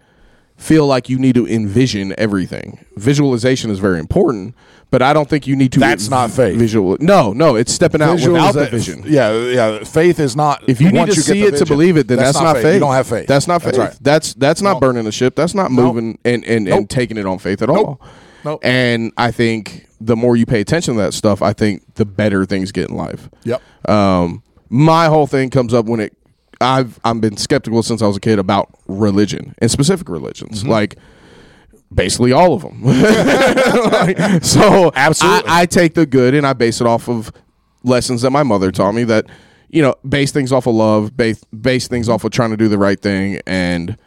[SPEAKER 2] feel like you need to envision everything. Visualization is very important, but I don't think you need to.
[SPEAKER 1] That's
[SPEAKER 2] env-
[SPEAKER 1] not faith.
[SPEAKER 2] Visual. No, no, it's stepping out without the
[SPEAKER 1] Visualiza-
[SPEAKER 2] vision.
[SPEAKER 1] Yeah, yeah. Faith is not.
[SPEAKER 2] If you need
[SPEAKER 1] once
[SPEAKER 2] to
[SPEAKER 1] get
[SPEAKER 2] see
[SPEAKER 1] the
[SPEAKER 2] it to
[SPEAKER 1] vision,
[SPEAKER 2] believe it, then that's, not, faith.
[SPEAKER 1] You don't have faith.
[SPEAKER 2] That's not faith.
[SPEAKER 1] That's
[SPEAKER 2] That's
[SPEAKER 1] right.
[SPEAKER 2] that's, not burning the ship. That's not moving and and, and taking it on faith at all.
[SPEAKER 1] Nope.
[SPEAKER 2] And I think the more you pay attention to that stuff, I think the better things get in life.
[SPEAKER 1] Yep.
[SPEAKER 2] Um, my whole thing comes up when it. I've I've been skeptical since I was a kid about religion and specific religions
[SPEAKER 1] Mm-hmm.
[SPEAKER 2] like basically all of them. Like, so
[SPEAKER 1] Absolutely.
[SPEAKER 2] I, I take the good and I base it off of lessons that my mother taught me that you know base things off of love, base base things off of trying to do the right thing, and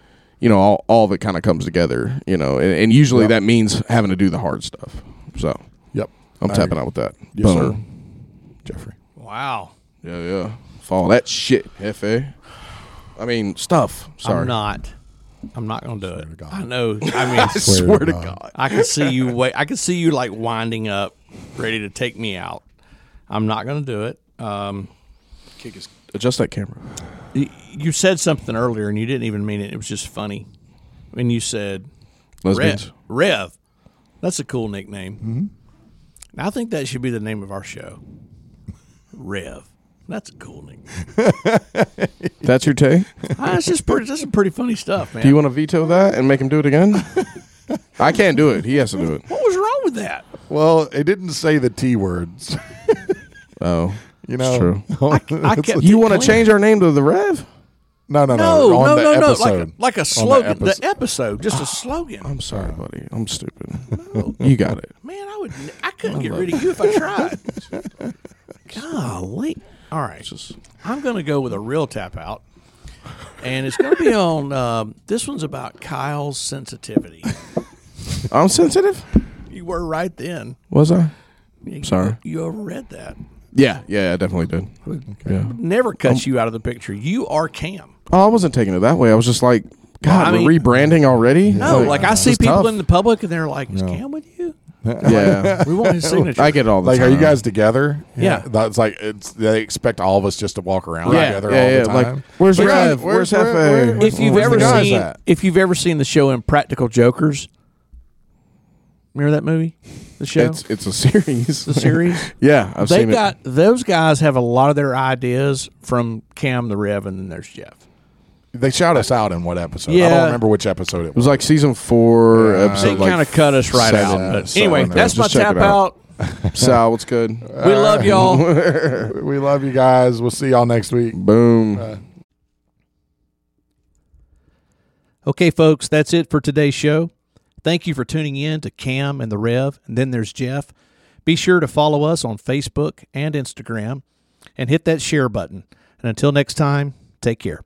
[SPEAKER 2] you know all, all of it kind of comes together. You know, and, and usually that means having to do the hard stuff. So
[SPEAKER 1] Yep.
[SPEAKER 2] I'm
[SPEAKER 1] I
[SPEAKER 2] tapping
[SPEAKER 1] agree.
[SPEAKER 2] out with that.
[SPEAKER 1] Yes, sir. Jeffrey.
[SPEAKER 3] Wow.
[SPEAKER 2] Yeah, yeah. Follow that shit, fa. I mean stuff. Sorry.
[SPEAKER 3] I'm not. I'm not going to do it.
[SPEAKER 1] God.
[SPEAKER 3] I know. I
[SPEAKER 1] Swear
[SPEAKER 3] mean,
[SPEAKER 2] Swear
[SPEAKER 1] to
[SPEAKER 2] to
[SPEAKER 1] God.
[SPEAKER 2] God.
[SPEAKER 3] I can see you wait. I can see you like winding up, ready to take me out. I'm not going to do it. Um,
[SPEAKER 2] Adjust that camera.
[SPEAKER 3] y- you said something earlier, and you didn't even mean it. It was just funny. When you said
[SPEAKER 2] Lesbians.
[SPEAKER 3] Rev, Rev, that's a cool nickname. Mm-hmm. I think that should be the name of our show. Rev, that's a cool nickname.
[SPEAKER 2] That's your take?
[SPEAKER 3] Ah, it's just pretty. That's some pretty funny stuff, man.
[SPEAKER 2] Do you want to veto that and make him do it again? I can't do it. He has to do it.
[SPEAKER 3] what was wrong with that?
[SPEAKER 1] Well, it didn't say the T words.
[SPEAKER 2] Oh,
[SPEAKER 1] You know.
[SPEAKER 2] true.
[SPEAKER 3] I kept
[SPEAKER 2] You
[SPEAKER 3] it
[SPEAKER 2] want to
[SPEAKER 3] clean.
[SPEAKER 2] change our name to the Rev?
[SPEAKER 1] No, no, no.
[SPEAKER 3] No,
[SPEAKER 1] on
[SPEAKER 3] no,
[SPEAKER 1] the
[SPEAKER 3] no, no. Like,
[SPEAKER 1] episode.
[SPEAKER 3] a- like a slogan. The episode, just a slogan.
[SPEAKER 2] I'm sorry, buddy. I'm stupid. You got it.
[SPEAKER 3] Man, I would. I couldn't get rid of you if I tried. Golly. All right. I'm going to go with a real tap out, and it's going to be on. Um, this one's about Kyle's sensitivity.
[SPEAKER 2] I'm sensitive.
[SPEAKER 3] You were right then.
[SPEAKER 2] Was I?
[SPEAKER 3] You-
[SPEAKER 2] Sorry.
[SPEAKER 3] You overread that.
[SPEAKER 2] Yeah, yeah, I definitely did. Yeah.
[SPEAKER 3] Never cuts you out of the picture. You are Cam.
[SPEAKER 2] Oh, I wasn't taking it that way. I was just like, God,
[SPEAKER 3] I
[SPEAKER 2] we're
[SPEAKER 3] mean-
[SPEAKER 2] rebranding already.
[SPEAKER 3] No, Oh, like I see
[SPEAKER 2] it's
[SPEAKER 3] people
[SPEAKER 2] tough.
[SPEAKER 3] in the public, and they're like, "Is Cam with you?"
[SPEAKER 2] yeah.
[SPEAKER 3] We want his signature.
[SPEAKER 2] I get it all the
[SPEAKER 1] Like,
[SPEAKER 2] time.
[SPEAKER 1] are you guys together?
[SPEAKER 3] Yeah.
[SPEAKER 1] That's like it's. They expect all of us just to walk around
[SPEAKER 3] Yeah,
[SPEAKER 1] together all
[SPEAKER 2] Yeah, yeah.
[SPEAKER 1] the time.
[SPEAKER 2] Like, where's
[SPEAKER 1] But yeah,
[SPEAKER 2] Rev? Where's
[SPEAKER 1] Rev? Where-
[SPEAKER 2] Hefe?
[SPEAKER 1] where's-
[SPEAKER 3] if you've
[SPEAKER 1] where's the
[SPEAKER 3] ever
[SPEAKER 1] guys
[SPEAKER 3] seen
[SPEAKER 1] at?
[SPEAKER 3] if you've ever seen the show Impractical Jokers, remember that movie, the show,
[SPEAKER 2] It's it's a series.
[SPEAKER 3] the series.
[SPEAKER 2] yeah, I've
[SPEAKER 3] they
[SPEAKER 2] seen it.
[SPEAKER 3] got those guys have a lot of their ideas from Cam the Rev, and then there's Jeff.
[SPEAKER 1] They shout us out in what episode? I don't
[SPEAKER 3] Yeah.
[SPEAKER 1] remember which episode it
[SPEAKER 2] It
[SPEAKER 1] was.
[SPEAKER 2] was like season four, episode.
[SPEAKER 3] They kind of cut us right
[SPEAKER 2] seven,
[SPEAKER 3] out. But
[SPEAKER 1] something
[SPEAKER 3] anyway,
[SPEAKER 1] like that.
[SPEAKER 3] that's my
[SPEAKER 2] Just check
[SPEAKER 3] tap
[SPEAKER 2] it out. Uh,
[SPEAKER 3] out.
[SPEAKER 2] Sal, what's good?
[SPEAKER 1] Uh,
[SPEAKER 3] We love y'all.
[SPEAKER 1] We love you guys. We'll see y'all next week.
[SPEAKER 2] Boom.
[SPEAKER 1] uh,
[SPEAKER 3] okay, folks, that's it for today's show. Thank you for tuning in to Cam and the Rev. And then there's Jeff. Be sure to follow us on Facebook and Instagram and hit that share button. And until next time, take care.